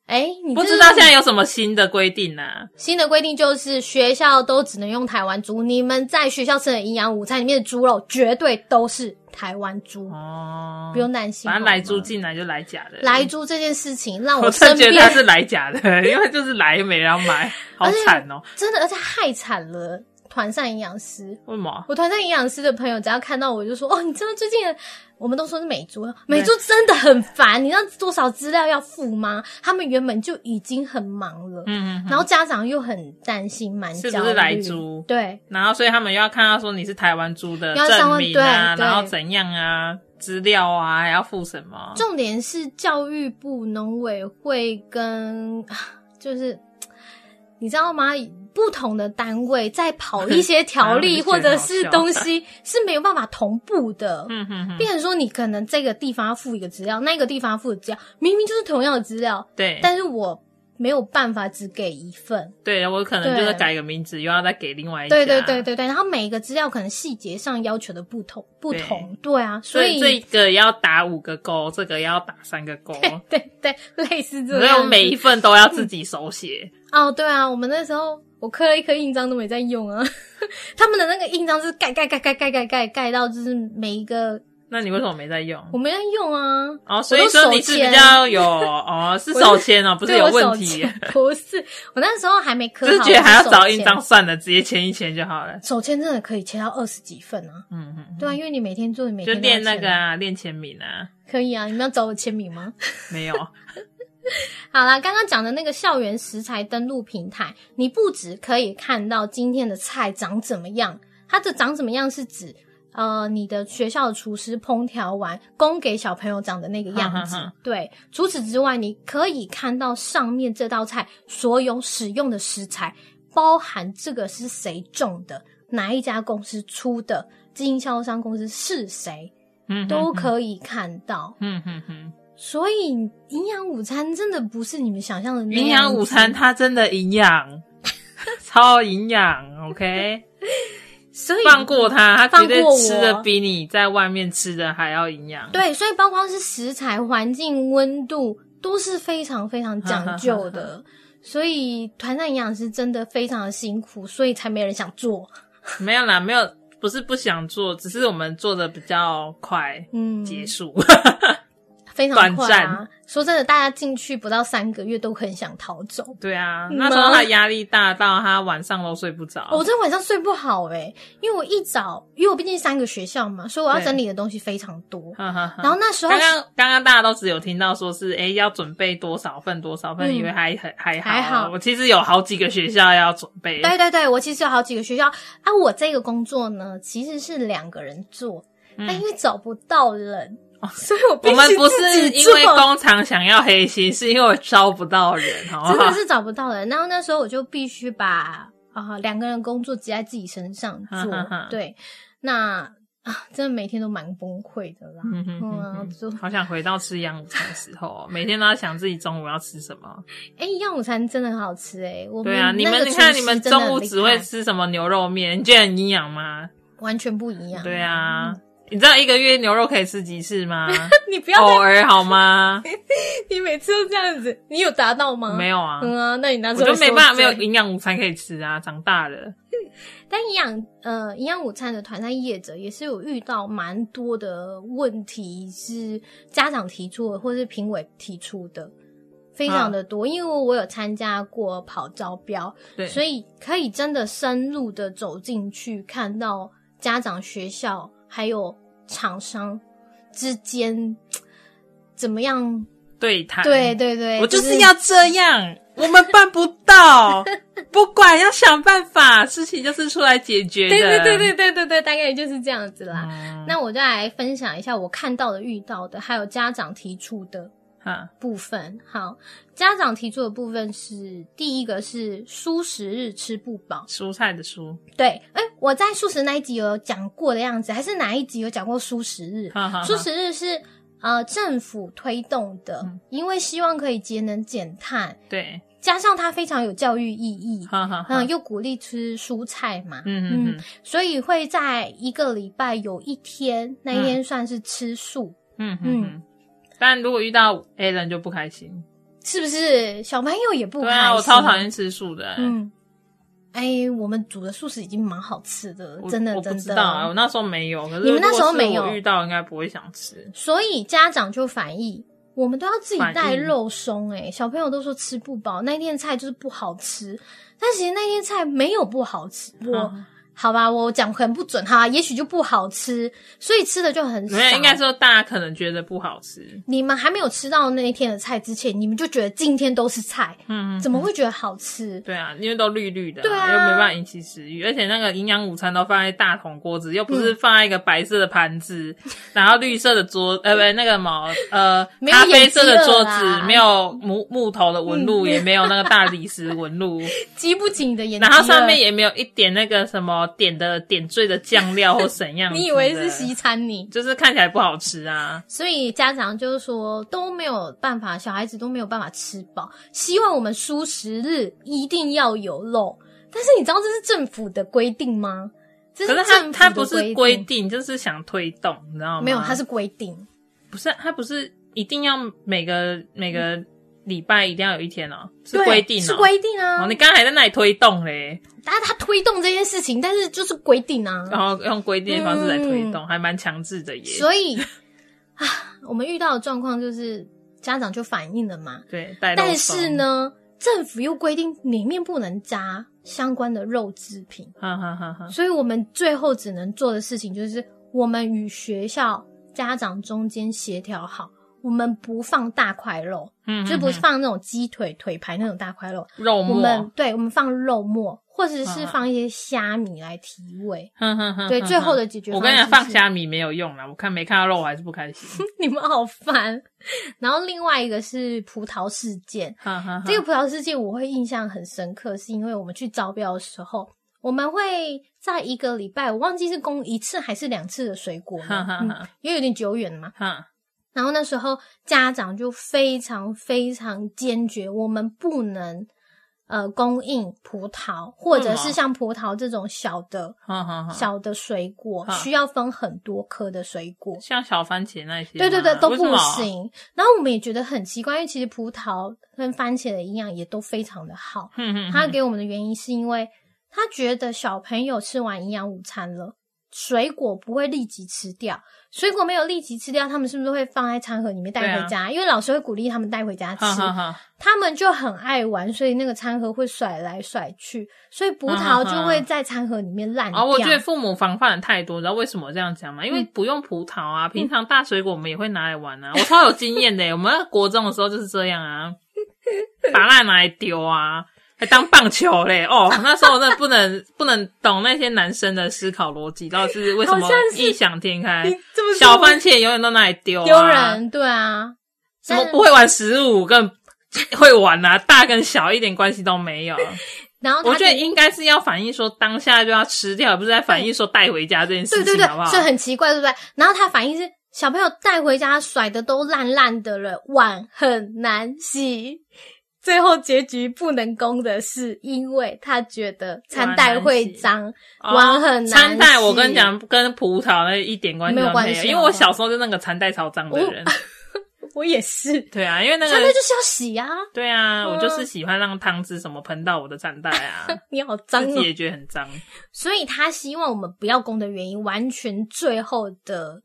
Speaker 1: 哎、你
Speaker 2: 不
Speaker 1: 这
Speaker 2: 知道现在有什么新的规定呢、啊？
Speaker 1: 新的规定就是学校都只能用台湾猪，你们在学校吃的营养午餐里面的猪肉绝对都是台湾猪。
Speaker 2: 哦，
Speaker 1: 不用担心，
Speaker 2: 反正来
Speaker 1: 好
Speaker 2: 猪
Speaker 1: 吗
Speaker 2: 进来就来假的，
Speaker 1: 莱猪这件事情让
Speaker 2: 我
Speaker 1: 身
Speaker 2: 真觉
Speaker 1: 边
Speaker 2: 得他是来假的， 因为就是来没人要买， 好惨哦、
Speaker 1: 真的，而且害惨了团膳营养师。
Speaker 2: 为什么？
Speaker 1: 我团膳营养师的朋友，只要看到我就说：“哦，你知道最近的我们都说是美猪，啊美猪真的很烦，你知道多少资料要付吗？他们原本就已经很忙了，
Speaker 2: 嗯，
Speaker 1: 然后家长又很担心，蛮
Speaker 2: 是不
Speaker 1: 焦
Speaker 2: 是
Speaker 1: 虑
Speaker 2: 来猪
Speaker 1: 对，
Speaker 2: 然后所以他们又要看到说你是台湾猪的
Speaker 1: 要上
Speaker 2: 证
Speaker 1: 问
Speaker 2: 明啊，
Speaker 1: 对对
Speaker 2: 然后怎样啊，资料啊，还要付什么？
Speaker 1: 重点是教育部农委会跟啊就是你知道吗？不同的单位在跑 一些条
Speaker 2: 啊
Speaker 1: 例
Speaker 2: 我就觉
Speaker 1: 或
Speaker 2: 得
Speaker 1: 者
Speaker 2: 很好
Speaker 1: 是
Speaker 2: 笑
Speaker 1: 东西是没有办法同步的。
Speaker 2: 嗯哼哼，
Speaker 1: 变成说，你可能这个地方要付一个资料，那个地方要付的资料，明明就是同样的资料，
Speaker 2: 对
Speaker 1: 但是我没有办法只给一份。
Speaker 2: 对，我可能就是
Speaker 1: 对
Speaker 2: 改个名字，又要再给另外一家。
Speaker 1: 对对对对对，然后每一个资料可能细节上要求的不同，不同，对啊，
Speaker 2: 所
Speaker 1: 所
Speaker 2: 以这个要打五个勾，这个要打三个勾，
Speaker 1: 对啊对，类似这
Speaker 2: 所以
Speaker 1: 样
Speaker 2: 我
Speaker 1: 子，
Speaker 2: 每一份都要自己手写。
Speaker 1: 哦，对啊，我们那时候我刻了一颗印章都没在用啊， 他们的那个印章是盖盖盖盖盖盖盖盖到就是每一个
Speaker 2: 那你为什么没在用？
Speaker 1: 我没在用啊。
Speaker 2: 哦，所以
Speaker 1: 我都手
Speaker 2: 说你是比
Speaker 1: 签
Speaker 2: 较有哦，是
Speaker 1: 我
Speaker 2: 手签哦，不是
Speaker 1: 对
Speaker 2: 有
Speaker 1: 我手
Speaker 2: 问题，
Speaker 1: 签 不是，我那时候还没刻
Speaker 2: 就是
Speaker 1: 好，
Speaker 2: 觉得还要
Speaker 1: 手啊
Speaker 2: 找印
Speaker 1: 签
Speaker 2: 章，。算了，直接签一签就好了。
Speaker 1: 手签真的可以签到二十几份啊，
Speaker 2: 嗯嗯，
Speaker 1: 对啊，因为你每天做，你每
Speaker 2: 就
Speaker 1: 天都要
Speaker 2: 练那
Speaker 1: 签
Speaker 2: 个
Speaker 1: 啊
Speaker 2: 啊，练签名啊，
Speaker 1: 可以啊。你们要找我签名吗？
Speaker 2: 没有，
Speaker 1: 好啦，刚刚讲的那个校园食材登录平台，你不只可以看到今天的菜长怎么样，它的长怎么样是指呃你的学校的厨师烹调完供给小朋友长的那个样子。
Speaker 2: 哼哼哼
Speaker 1: 对，除此之外，你可以看到上面这道菜所有使用的食材，包含这个是谁种的，哪一家公司出的，经销商公司是谁，
Speaker 2: 嗯，
Speaker 1: 都，可以看到。
Speaker 2: 嗯嗯嗯，
Speaker 1: 所以营养午餐真的不是你们想象的那样
Speaker 2: 营养午餐它真的营养， 超营养，OK，
Speaker 1: 所以
Speaker 2: 放过它，它绝对
Speaker 1: 放过我
Speaker 2: 吃的比你在外面吃的还要营养。
Speaker 1: 对，所以包括是食材、环境、温度都是非常非常讲究的。所以团膳营养师真的非常的辛苦，所以才没人想做。
Speaker 2: 没有啦，没有，不是不想做，只是我们做的比较快
Speaker 1: 嗯，
Speaker 2: 结束。
Speaker 1: 非常
Speaker 2: 短
Speaker 1: 快啊
Speaker 2: 暂！
Speaker 1: 说真的，大家进去不到三个月都很想逃走。
Speaker 2: 对啊，
Speaker 1: 嗯
Speaker 2: 那时候他压力大到他晚上都睡不着。
Speaker 1: 我这晚上睡不好诶、因为我一早，因为我毕竟三个学校嘛，所以我要
Speaker 2: 对
Speaker 1: 整理的东西非常多。
Speaker 2: 哈哈哈
Speaker 1: 然后那时候
Speaker 2: 刚刚刚刚大家都只有听到说是哎、诶要准备多少份多少份，
Speaker 1: 嗯
Speaker 2: 以为还还还好啊
Speaker 1: 还好
Speaker 2: 我其实有好几个学校要准备。
Speaker 1: 对对对，我其实有好几个学校啊。我这个工作呢，其实是两个人做，
Speaker 2: 嗯哦
Speaker 1: 但因为找不到人，所以我必
Speaker 2: 我
Speaker 1: 须
Speaker 2: 们不
Speaker 1: 自
Speaker 2: 是
Speaker 1: 己
Speaker 2: 因
Speaker 1: 做
Speaker 2: 为工厂想要黑心，是因为我招不到人，好不哦
Speaker 1: 真的
Speaker 2: 好？
Speaker 1: 是找不到人。然后那时候我就必须把啊、两个人工作只在自己身上做，
Speaker 2: 哈哈哈
Speaker 1: 对，那啊，真的每天都蛮崩溃的啦。
Speaker 2: 嗯哼
Speaker 1: 嗯
Speaker 2: 哼
Speaker 1: 啊
Speaker 2: 哼
Speaker 1: 就
Speaker 2: 好想回到吃洋午餐的时候哦，每天都要想自己中午要吃什么。
Speaker 1: 哎、样午餐真的很好吃哎、我
Speaker 2: 对啊，你
Speaker 1: 那
Speaker 2: 们
Speaker 1: 个
Speaker 2: 你
Speaker 1: 厨
Speaker 2: 看
Speaker 1: 师
Speaker 2: 你们
Speaker 1: 真的
Speaker 2: 中午
Speaker 1: 很厉
Speaker 2: 只会
Speaker 1: 害
Speaker 2: 吃什么牛肉面？你觉得很营养吗？
Speaker 1: 完全不一样。
Speaker 2: 对啊，
Speaker 1: 嗯
Speaker 2: 你知道一个月牛肉可以吃几次吗？
Speaker 1: 你 不要再，
Speaker 2: 偶尔好吗？
Speaker 1: 你每次都这样子，你有达到吗？
Speaker 2: 没有啊，
Speaker 1: 嗯啊，那你那时
Speaker 2: 我
Speaker 1: 候
Speaker 2: 就没办法
Speaker 1: 说
Speaker 2: 没有
Speaker 1: 对
Speaker 2: 营养午餐可以吃啊，长大了。
Speaker 1: 但营养呃营养午餐的团餐业者也是有遇到蛮多的问题，是家长提出的，或是评委提出的，非
Speaker 2: 嗯
Speaker 1: 常的多。因为我有参加过跑招标，
Speaker 2: 对，
Speaker 1: 所
Speaker 2: 以
Speaker 1: 以可以真的深入的走进去，看到家长、学校还有厂商之间怎么样。
Speaker 2: 对谈，
Speaker 1: 对对对，
Speaker 2: 嗯我就是要这样， 我们办不到，不管要想办法，事情就是出来解决的。
Speaker 1: 对对对对对对对，大概就是这样子啦。
Speaker 2: 嗯，
Speaker 1: 那我就来分享一下我看到的、遇到的，还有家长提出的
Speaker 2: 哈
Speaker 1: 部分。好，家长提出的部分是第一个是蔬食日吃不饱。
Speaker 2: 蔬菜的蔬，
Speaker 1: 对，哎、我在素食那一集有讲过的样子，还是哪一集有讲过蔬食日？
Speaker 2: 哈哈哈
Speaker 1: 素食日是呃政府推动的，
Speaker 2: 嗯
Speaker 1: 因为希望可以节能减碳，
Speaker 2: 对，
Speaker 1: 加上它非常有教育意义，
Speaker 2: 哈哈哈
Speaker 1: 嗯，，又鼓励吃蔬菜嘛，
Speaker 2: 嗯嗯
Speaker 1: 所以会在一个礼拜有一天，那一
Speaker 2: 嗯
Speaker 1: 天算是吃素，
Speaker 2: 嗯嗯
Speaker 1: 嗯
Speaker 2: 嗯。但如果遇到 A 人就不开心，
Speaker 1: 是不是？小朋友也不
Speaker 2: 对
Speaker 1: 开心
Speaker 2: 啊，我超讨厌。吃素的，
Speaker 1: 嗯，哎，我们煮的素食已经蛮好吃的，
Speaker 2: 我
Speaker 1: 真的
Speaker 2: 我不
Speaker 1: 真
Speaker 2: 知
Speaker 1: 的。
Speaker 2: 道啊，我那时候没有，可是
Speaker 1: 你们那时候
Speaker 2: 如果是
Speaker 1: 没有
Speaker 2: 我遇到应该不会想吃，
Speaker 1: 所以家长就反映，我们都要自己带
Speaker 2: 反映
Speaker 1: 肉松、哎，小朋友都说吃不饱，那一天菜就是不好吃。但其实那天菜没有不好吃，我、
Speaker 2: 嗯
Speaker 1: 好吧，我讲很不准哈，也许就不好吃，所以吃的就很少。
Speaker 2: 没有，应该说大家可能觉得不好吃，
Speaker 1: 你们还没有吃到那一天的菜之前，你们就觉得今天都是菜，
Speaker 2: 嗯，嗯
Speaker 1: 怎么会觉得好吃？
Speaker 2: 对啊，因为都绿绿的、
Speaker 1: 对啊
Speaker 2: 又没办法引起食欲，而且那个营养午餐都放在大桶锅子，又不
Speaker 1: 嗯
Speaker 2: 是放在一个白色的盘子， 然后绿色的桌，呃，不，那个毛，呃，
Speaker 1: 没有
Speaker 2: 咖啡色的桌
Speaker 1: 眼睛了
Speaker 2: 子
Speaker 1: 啦，嗯
Speaker 2: 没有木木头的纹路，也没有那个大理石 纹路，
Speaker 1: 激不起你的眼睛
Speaker 2: 然
Speaker 1: 了，
Speaker 2: 后上面也没有一点那个什么点的点缀的酱料 或怎样，
Speaker 1: 你以为是西，餐你，
Speaker 2: 就是看起来不好吃啊。
Speaker 1: 所以家长就是说都没有办法，小孩子都没有办法吃饱，希望我们蔬食日一定要有肉，但是你知道这是政府的规定吗？这
Speaker 2: 可是
Speaker 1: 政府
Speaker 2: 它它
Speaker 1: 的
Speaker 2: 不是规
Speaker 1: 规定，
Speaker 2: 定，就是想推动，你知道吗？
Speaker 1: 没有，它是规定。
Speaker 2: 不是，它不是一定要每个每个礼拜一定要有一天哦，是
Speaker 1: 嗯对
Speaker 2: 规定、哦，
Speaker 1: 是规定啊！
Speaker 2: 哦。你刚才还在那里推动嘞，
Speaker 1: 但是他推动这件事情，但是就是规定啊。
Speaker 2: 然后用规定的方式来推动，还蛮强制的耶。
Speaker 1: 嗯所以啊，我们遇到的状况就是家长就反映了嘛，
Speaker 2: 对，带肉
Speaker 1: 但
Speaker 2: 松
Speaker 1: 是，呢，政府又规定里面不能加相关的肉制品，
Speaker 2: 哈哈哈哈，
Speaker 1: 所以我们最后只能做的事情就是，我们与学校、家长中间协调好，我们不放大块肉，
Speaker 2: 嗯，
Speaker 1: 就不
Speaker 2: 嗯
Speaker 1: 放那种鸡腿、腿排那种大块肉，
Speaker 2: 嗯肉
Speaker 1: 我
Speaker 2: 末，
Speaker 1: 们对我们放肉末，或者是
Speaker 2: 嗯
Speaker 1: 放一些虾米来提味。
Speaker 2: 哼哼哼
Speaker 1: 对，
Speaker 2: 哼
Speaker 1: 最后
Speaker 2: 哼
Speaker 1: 的解决
Speaker 2: 我
Speaker 1: 方
Speaker 2: 跟
Speaker 1: 案
Speaker 2: 你
Speaker 1: 是
Speaker 2: 讲，放虾米没有用啦，我看没看到肉，我还是不开 心。
Speaker 1: 你们好烦。然后另外一个是葡萄事件，
Speaker 2: 哈哈哈，
Speaker 1: 这个葡萄事件我会印象很深刻，是因为我们去招标的时候，我们会在一个礼拜，我忘记是供一次还是两次的水果
Speaker 2: 哈
Speaker 1: 了，
Speaker 2: 哈
Speaker 1: 嗯，
Speaker 2: 哈
Speaker 1: 因为有点久远了嘛。
Speaker 2: 哈，
Speaker 1: 然后那时候家长就非常非常坚决，我们不能呃供应葡萄，或者是像葡萄这种小的。
Speaker 2: 哈哈哈，
Speaker 1: 小的水果
Speaker 2: 啊
Speaker 1: 需要分很多颗的水果，
Speaker 2: 像小番茄那些吗，
Speaker 1: 对对对，都
Speaker 2: 为
Speaker 1: 不
Speaker 2: 什么。
Speaker 1: 行。然后我们也觉得很奇怪，因为其实葡萄跟番茄的营养也都非常的好。
Speaker 2: 哼嗯哼，
Speaker 1: 他
Speaker 2: 哼
Speaker 1: 给我们的原因是因为他觉得小朋友吃完营养午餐了，水果不会立即吃掉，水果没有立即吃掉，他们是不是会放在餐盒里面带
Speaker 2: 对啊
Speaker 1: 回家？因为老师会鼓励他们带回家吃，
Speaker 2: 哈哈哈，
Speaker 1: 他们就很爱玩，所以那个餐盒会甩来甩去，所以葡萄就会在餐盒里面烂掉。
Speaker 2: 啊，我觉得父母防范的太多，你知道为什么我这样讲吗？因为
Speaker 1: 嗯
Speaker 2: 不用葡萄啊，平常大水果我们也会拿来玩啊。我超有经验的耶，我们国中的时候就是这样 啊，把那拿来丢啊，还当棒球嘞。哦，那时候我真的不能不能懂那些男生的思考逻辑，到底是为什
Speaker 1: 好
Speaker 2: 么
Speaker 1: 像是
Speaker 2: 异想天开
Speaker 1: 你。这么说
Speaker 2: 小番茄永远都拿来丢、啊，
Speaker 1: 丢，人，对啊，
Speaker 2: 什么不会玩食物，更会玩啊，大跟小一点关系都没有。
Speaker 1: 然后
Speaker 2: 我
Speaker 1: 他
Speaker 2: 觉得
Speaker 1: 就
Speaker 2: 应该是要反映说当下就要吃掉，而不是在反映说带回家这件事
Speaker 1: 对
Speaker 2: 情，
Speaker 1: 对对
Speaker 2: 好不，好？
Speaker 1: 所以很奇怪，对不对？然后他反应是小朋友带回家甩的都烂烂的了，碗很难洗。最后结局不能公的是，因为他觉得餐袋会脏，
Speaker 2: 哦
Speaker 1: 碗很难洗
Speaker 2: 餐袋，我跟你讲，跟葡萄那一点关系都
Speaker 1: 没有关
Speaker 2: 没
Speaker 1: 系
Speaker 2: 有，
Speaker 1: 啊
Speaker 2: 因为我小时候就那个餐袋超脏的人。
Speaker 1: 我也是，
Speaker 2: 对啊，因为那
Speaker 1: 餐袋
Speaker 2: 个
Speaker 1: 就是要洗啊！
Speaker 2: 对啊，我就是喜欢让汤汁什么喷到我的餐 袋啊，
Speaker 1: 你好脏
Speaker 2: 自
Speaker 1: 哦
Speaker 2: 己，也觉得很脏。
Speaker 1: 所以他希望我们不要攻的原因，完全最后的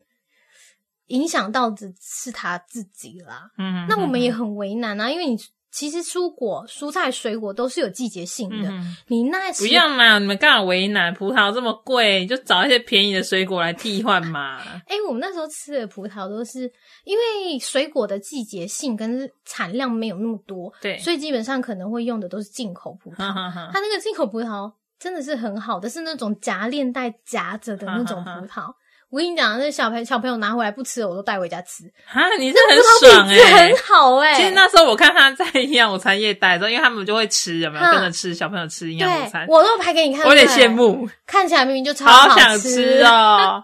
Speaker 1: 影响到的是他自己啦。
Speaker 2: 嗯，
Speaker 1: 那我们也很为难啊，因为你其实蔬果、蔬菜、水果都是有季节性的，
Speaker 2: 嗯
Speaker 1: 你那时
Speaker 2: 不要嘛，你们干嘛为难？葡萄这么贵，你就找一些便宜的水果来替换嘛。
Speaker 1: 哎、我们那时候吃的葡萄都是因为水果的季节性跟产量没有那么多，
Speaker 2: 对，
Speaker 1: 所以基本上可能会用的都是进口葡萄。
Speaker 2: 哈哈哈
Speaker 1: 它那个进口葡萄真的是很好的，是那种夹链带夹着的那种葡
Speaker 2: 哈哈
Speaker 1: 萄。我跟你讲，那小朋小朋友拿回来不吃的，我都带回家吃，
Speaker 2: 哈，你是
Speaker 1: 那葡
Speaker 2: 很
Speaker 1: 萄
Speaker 2: 爽
Speaker 1: 品质
Speaker 2: 哎、
Speaker 1: 很好哎、
Speaker 2: 其实那时候我看他在营养午餐业待的时候，因为他们就会吃，有没有
Speaker 1: 嗯
Speaker 2: 跟着吃小朋友吃营养午餐
Speaker 1: 对，？我都拍给你看，
Speaker 2: 我有点
Speaker 1: 对不对
Speaker 2: 羡，慕，
Speaker 1: 看起来明明就超
Speaker 2: 好
Speaker 1: 吃
Speaker 2: 想吃哦！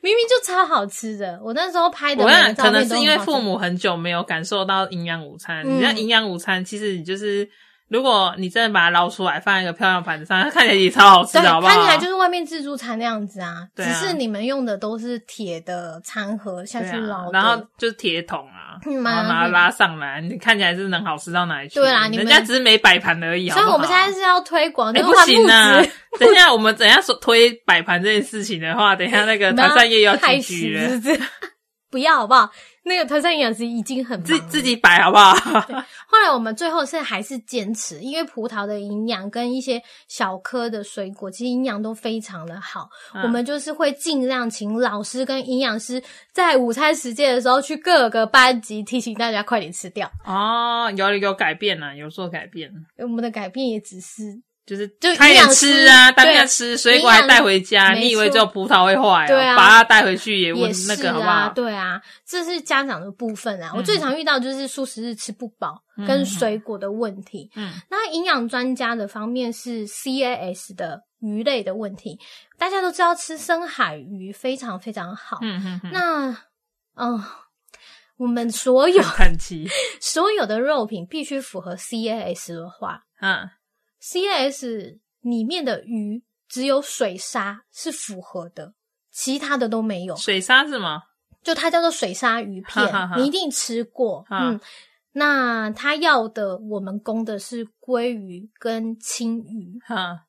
Speaker 1: 明明就超好吃的。我那时候拍的
Speaker 2: 我
Speaker 1: 每
Speaker 2: 想
Speaker 1: 个照
Speaker 2: 可
Speaker 1: 片都很好
Speaker 2: 能
Speaker 1: 吃，
Speaker 2: 是因为父母很久没有感受到营养午餐，
Speaker 1: 嗯
Speaker 2: 你像营养午餐，其实你就是如果你真的把它捞出来放在一个漂亮盘子上，它看起来也超好吃
Speaker 1: 对，
Speaker 2: 的，好不好？
Speaker 1: 看起来就是外面自助餐那样子啊，
Speaker 2: 对
Speaker 1: 只
Speaker 2: 啊
Speaker 1: 是你们用的都是铁的餐盒下
Speaker 2: 对
Speaker 1: 去
Speaker 2: 啊
Speaker 1: 捞、，
Speaker 2: 然后就是铁桶啊，
Speaker 1: 嗯
Speaker 2: 然
Speaker 1: 嘛
Speaker 2: 后把它拉上来，你看起来是能好吃到哪里去？
Speaker 1: 对啦你们
Speaker 2: 人家只是没摆盘而已，好
Speaker 1: 所以
Speaker 2: 不好
Speaker 1: 我们现在是要推广，就
Speaker 2: 哎、
Speaker 1: 是
Speaker 2: 不
Speaker 1: 换
Speaker 2: 行
Speaker 1: 木
Speaker 2: 啊
Speaker 1: 质，！
Speaker 2: 等一下，我们等一下说推摆盘这件事情的 话，等一下那个
Speaker 1: 你们
Speaker 2: 团扇业又要
Speaker 1: 害
Speaker 2: 进
Speaker 1: 死
Speaker 2: 去
Speaker 1: 是
Speaker 2: 了，
Speaker 1: 不是？ 不要好不好？那个团膳营养师已经很忙
Speaker 2: 自
Speaker 1: 了
Speaker 2: 自己摆好不好？
Speaker 1: 后来我们最后是还是坚持，因为葡萄的营养跟一些小颗的水果，其实营养都非常的好。
Speaker 2: 嗯
Speaker 1: 我们就是会尽量请老师跟营养师在午餐时间的时候去各个班级提醒大家快点吃掉。
Speaker 2: 哦，有有改变啦，有做改变，
Speaker 1: 我们的改变也只是
Speaker 2: 就是
Speaker 1: 就
Speaker 2: 开
Speaker 1: 营
Speaker 2: 点
Speaker 1: 养师
Speaker 2: 吃啊，当
Speaker 1: 对
Speaker 2: 面吃水果还带回家，
Speaker 1: 营养
Speaker 2: 你以为只有葡萄会坏、哦
Speaker 1: 对啊
Speaker 2: 把它带回去也问
Speaker 1: 也是
Speaker 2: 那
Speaker 1: 啊，
Speaker 2: 个好不好？
Speaker 1: 对啊，这是家长的部分啊。
Speaker 2: 嗯
Speaker 1: 我最常遇到就是素食日吃不饱
Speaker 2: 嗯
Speaker 1: 跟水果的问题。
Speaker 2: 嗯，
Speaker 1: 那营养专家的方面是 CAS 的鱼类的问题，大家都知道吃深海鱼非常非常好。
Speaker 2: 嗯嗯嗯，
Speaker 1: 那嗯、我们所 有
Speaker 2: 很奇，
Speaker 1: 所有的肉品必须符合 CAS 的话
Speaker 2: 嗯，
Speaker 1: ，CAS 里面的鱼只有水鲨是符合的，其他的都没有。
Speaker 2: 水沙是吗？
Speaker 1: 就它叫做水鲨鱼片，
Speaker 2: 哈哈哈
Speaker 1: 你一定吃过。
Speaker 2: 哈
Speaker 1: 嗯，那它要的我们供的是鲑鱼跟青鱼，
Speaker 2: 哈，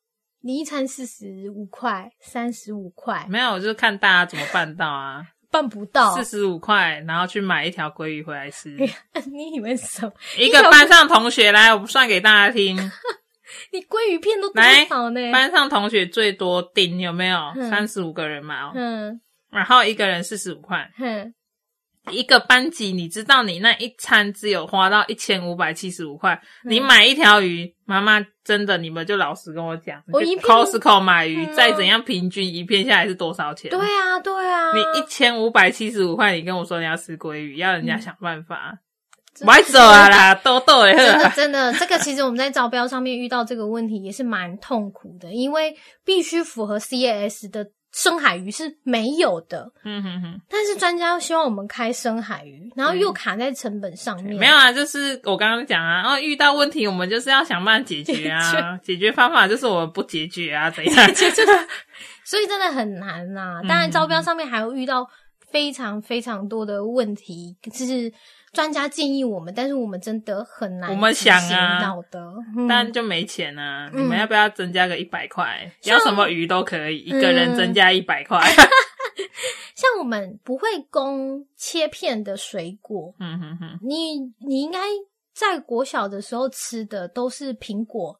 Speaker 1: 你一餐四十五块、三十五块，
Speaker 2: 没有，我就看大家怎么办到啊，
Speaker 1: 办不到
Speaker 2: 嗯四。十五块，然后去买一条鲑鱼回来吃。
Speaker 1: 你以为什么？
Speaker 2: 一个班上同学来，我不算给大家听。
Speaker 1: 你鲑鱼片都多
Speaker 2: 来
Speaker 1: 少呢？
Speaker 2: 班上同学最多订有没有？
Speaker 1: 嗯
Speaker 2: 三十五个人嘛、哦，
Speaker 1: 嗯
Speaker 2: 然后一个人四十五块。
Speaker 1: 哼，
Speaker 2: 一个班级，你知道你那一餐只有花到一千五百七十五块，
Speaker 1: 嗯
Speaker 2: 你买一条鱼，妈妈真的，你们就老实跟我讲，
Speaker 1: 我一
Speaker 2: 你去
Speaker 1: 片
Speaker 2: Costco 买鱼，
Speaker 1: 嗯啊
Speaker 2: 再怎样平均一片下来是多少钱？
Speaker 1: 对啊，对啊，
Speaker 2: 你一千五百七十五块，你跟我说你要吃鲑鱼，要人家想办法，
Speaker 1: 嗯真的
Speaker 2: 买走啊啦， 豆豆也
Speaker 1: 真的
Speaker 2: 喝，
Speaker 1: 真的，这个其实我们在招标上面遇到这个问题也是蛮痛苦的，因为必须符合 CAS 的深海鱼是没有的。
Speaker 2: 嗯哼哼。
Speaker 1: 但是专家希望我们开深海鱼，然后又卡在成本上面。
Speaker 2: 没有啊，就是我刚刚讲啊，哦，遇到问题我们就是要想办法解决啊，解决方法就是我们不解 决啊，怎样？
Speaker 1: 所以真的很难呐、
Speaker 2: 嗯
Speaker 1: 当然，招标上面还会遇到非常非常多的问题，就是专家建议我们，但是我们真的很难
Speaker 2: 我们想啊
Speaker 1: 执行到的。嗯
Speaker 2: 但就没钱啊，
Speaker 1: 嗯
Speaker 2: 你们要不要增加个一百块？
Speaker 1: 像
Speaker 2: 要什么鱼都可以，一个人增
Speaker 1: 嗯
Speaker 2: 加一百 块。
Speaker 1: 像我们不会供切片的水果，
Speaker 2: 嗯哼哼，
Speaker 1: 你你应该在国小的时候吃的都是苹果、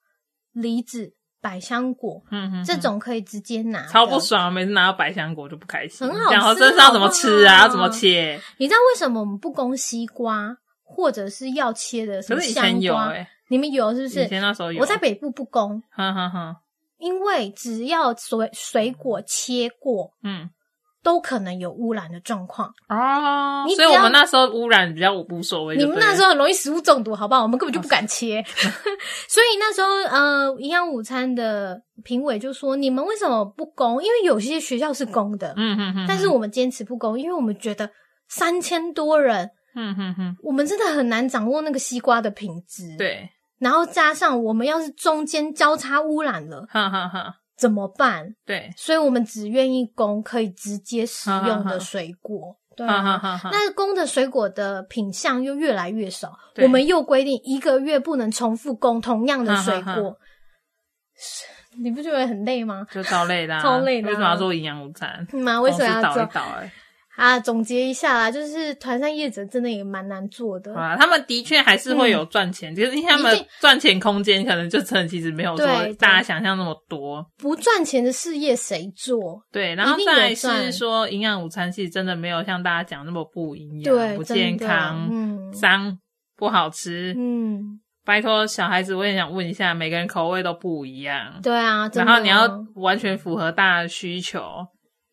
Speaker 1: 梨子、百香果、
Speaker 2: 嗯哼，
Speaker 1: 这种可以直接拿，
Speaker 2: 超不。爽，啊每次拿到百香果就不开心。
Speaker 1: 很好吃啊
Speaker 2: 然后这是要怎么吃啊？
Speaker 1: 好
Speaker 2: 要
Speaker 1: 不
Speaker 2: 怎
Speaker 1: 好
Speaker 2: 么切？
Speaker 1: 你知道为什么我们不供西瓜，或者是要切的什
Speaker 2: 可
Speaker 1: 么
Speaker 2: 是以
Speaker 1: 香
Speaker 2: 前有
Speaker 1: 瓜？
Speaker 2: 哎，
Speaker 1: 你们有是不
Speaker 2: 以
Speaker 1: 是？
Speaker 2: 前那时候有。
Speaker 1: 我在北部不供，
Speaker 2: 哼哼哼，
Speaker 1: 因为只要水水果切过，
Speaker 2: 嗯，
Speaker 1: 都可能有污染的状况。
Speaker 2: 哦
Speaker 1: 你，
Speaker 2: 所以
Speaker 1: 只
Speaker 2: 我
Speaker 1: 要
Speaker 2: 们那时候污染比较无所谓。
Speaker 1: 你们那时候很容易食物中毒，好不好？我们根本就不敢
Speaker 2: 啊
Speaker 1: 切， 所以那时候呃，营养午餐的评委就说：“你们为什么不公？因为有些学校是公的，
Speaker 2: 嗯，嗯哼哼，
Speaker 1: 但是我们坚持不公，因为我们觉得三千多人，
Speaker 2: 嗯哼哼，
Speaker 1: 我们真的很难掌握那个西瓜的品质。，
Speaker 2: 对，
Speaker 1: 然后加上我们要是中间交叉污染了
Speaker 2: 哈哈哈，
Speaker 1: 怎么办？
Speaker 2: 对，
Speaker 1: 所以我们只愿意供可以直接食用
Speaker 2: 哈哈哈
Speaker 1: 的水果。对
Speaker 2: 哈哈
Speaker 1: 啊，
Speaker 2: 哈哈，
Speaker 1: 那供的水果的品相又越来越少，
Speaker 2: 对
Speaker 1: 我们又规定一个月不能重复供同样的水
Speaker 2: 哈哈
Speaker 1: 果，是你不觉得很累吗？
Speaker 2: 就超累的啊，
Speaker 1: 超累的啊
Speaker 2: 为什么要做营养午餐？
Speaker 1: 妈，为什么要
Speaker 2: 公司
Speaker 1: 做
Speaker 2: 倒一倒？哎，
Speaker 1: 啊？总结一下啦，就是团扇业者真的也蛮难做的
Speaker 2: 好。啦，他们的确还是会有赚钱，就是因为他
Speaker 1: 嗯一
Speaker 2: 们
Speaker 1: 定
Speaker 2: 赚钱空间可能就真的其实没有
Speaker 1: 对
Speaker 2: 说大家想象那么多。
Speaker 1: 不赚钱的事业谁做？
Speaker 2: 对，然后再来
Speaker 1: 一定有
Speaker 2: 是
Speaker 1: 赚
Speaker 2: 说营养午餐其实真的没有像大家讲那么不营养、
Speaker 1: 对，
Speaker 2: 不
Speaker 1: 真的
Speaker 2: 健康、
Speaker 1: 嗯
Speaker 2: 脏、不好吃。
Speaker 1: 嗯，
Speaker 2: 拜托小孩子，我也想问一下，每个人口味都不一样，
Speaker 1: 对啊，真
Speaker 2: 然
Speaker 1: 的
Speaker 2: 后你要
Speaker 1: 啊
Speaker 2: 完全符合大家的需求，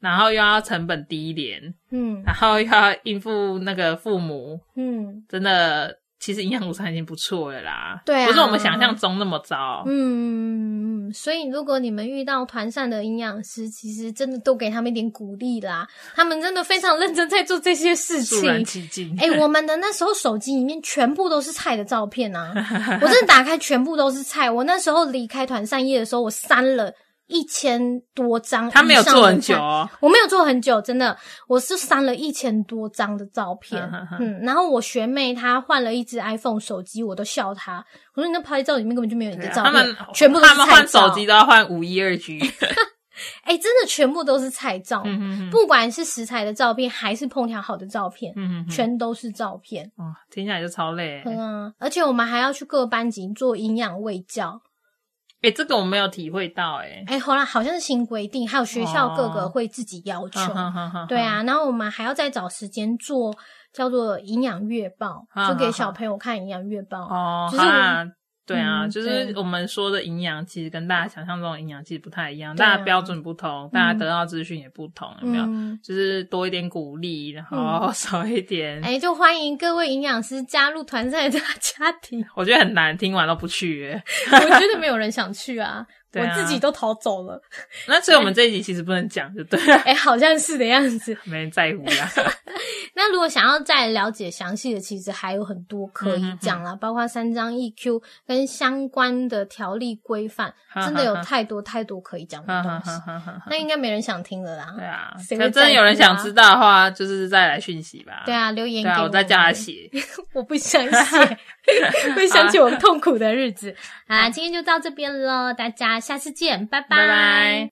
Speaker 2: 然后又要成本低廉，
Speaker 1: 嗯
Speaker 2: 然后又要应付那个父母，
Speaker 1: 嗯
Speaker 2: 真的。其实营养午餐已经不错了啦，
Speaker 1: 对啊
Speaker 2: 不是我们想象中那么糟。
Speaker 1: 嗯，所以如果你们遇到团膳的营养师，其实真的都给他们一点鼓励啦，他们真的非常认真在做这些事
Speaker 2: 肃
Speaker 1: 情
Speaker 2: 然。起敬。
Speaker 1: 哎、我们的那时候手机里面全部都是菜的照片 啊！我真的打开全部都是菜。我那时候离开团扇业的时候，我删了一千多张。
Speaker 2: 他没有做很久，哦，
Speaker 1: 我没有做很久，真的，我是删了一千多张的照片。
Speaker 2: 嗯哼哼
Speaker 1: 嗯，然后我学妹她换了一只 iPhone 手机，我都笑她，我说你那拍照里面根本就没有你的照
Speaker 2: 啊他
Speaker 1: 片，
Speaker 2: 们
Speaker 1: 全部都
Speaker 2: 他
Speaker 1: 是
Speaker 2: 们
Speaker 1: 菜
Speaker 2: 换
Speaker 1: 照。
Speaker 2: 手机都要换五一 二 G。
Speaker 1: 哎、真的全部都是菜照，
Speaker 2: 嗯哼哼
Speaker 1: 不管是食材的照片还是烹调好的照片，
Speaker 2: 嗯哼哼，
Speaker 1: 全都是照片。
Speaker 2: 哦，听起来就超累。
Speaker 1: 嗯啊，而且我们还要去各班级做营养喂教。
Speaker 2: 哎，这个我没有体会到，哎，
Speaker 1: 哎、后来好像是新规定，还有学校各个
Speaker 2: 哦
Speaker 1: 会自己要求。
Speaker 2: 哈哈哈哈
Speaker 1: 对，啊，然后我们还要再找时间做叫做营养月报，
Speaker 2: 啊
Speaker 1: 就给
Speaker 2: 啊
Speaker 1: 小
Speaker 2: 啊
Speaker 1: 朋友看营养月报。
Speaker 2: 哦，
Speaker 1: 就是
Speaker 2: 好
Speaker 1: 我
Speaker 2: 啦，对啊，
Speaker 1: 嗯
Speaker 2: 就是
Speaker 1: 对
Speaker 2: 我们说的营养，其实跟大家想象中的营养其实不太一样，
Speaker 1: 对啊
Speaker 2: 大家标准不同，大家得到资讯也不同，有没有？
Speaker 1: 嗯，
Speaker 2: 就是多一点鼓励，然后 少一点。
Speaker 1: 哎、就欢迎各位营养师加入团赛的 家 庭。
Speaker 2: 我觉得很难，听完都不去。哎
Speaker 1: 我觉得没有人想去啊，
Speaker 2: 对啊
Speaker 1: 我自己哎都逃走了。
Speaker 2: 那所以我们这一集其实不能讲，就对了，
Speaker 1: 哎、好像是的样子。
Speaker 2: 没人在 乎啦。
Speaker 1: 那如果想要再了解详细的，其实还有很多可以
Speaker 2: 嗯哼
Speaker 1: 讲啦，包括三张 EQ 跟相关的条例规范，真的有太多太多可以讲的
Speaker 2: 哈哈
Speaker 1: 东西
Speaker 2: 哈。哈哈。
Speaker 1: 那应该没人想听了啦
Speaker 2: 对。啊，
Speaker 1: 谁会啊
Speaker 2: 可真的有人想知道的话，就是再来讯息吧。
Speaker 1: 对，啊，留言
Speaker 2: 对
Speaker 1: 给
Speaker 2: 啊，
Speaker 1: 我
Speaker 2: 我再叫他
Speaker 1: 们
Speaker 2: 写。
Speaker 1: 我不想写，会想起我们痛苦的日子。好啦，今天就到这边喽，大家下次见，拜
Speaker 2: 拜拜。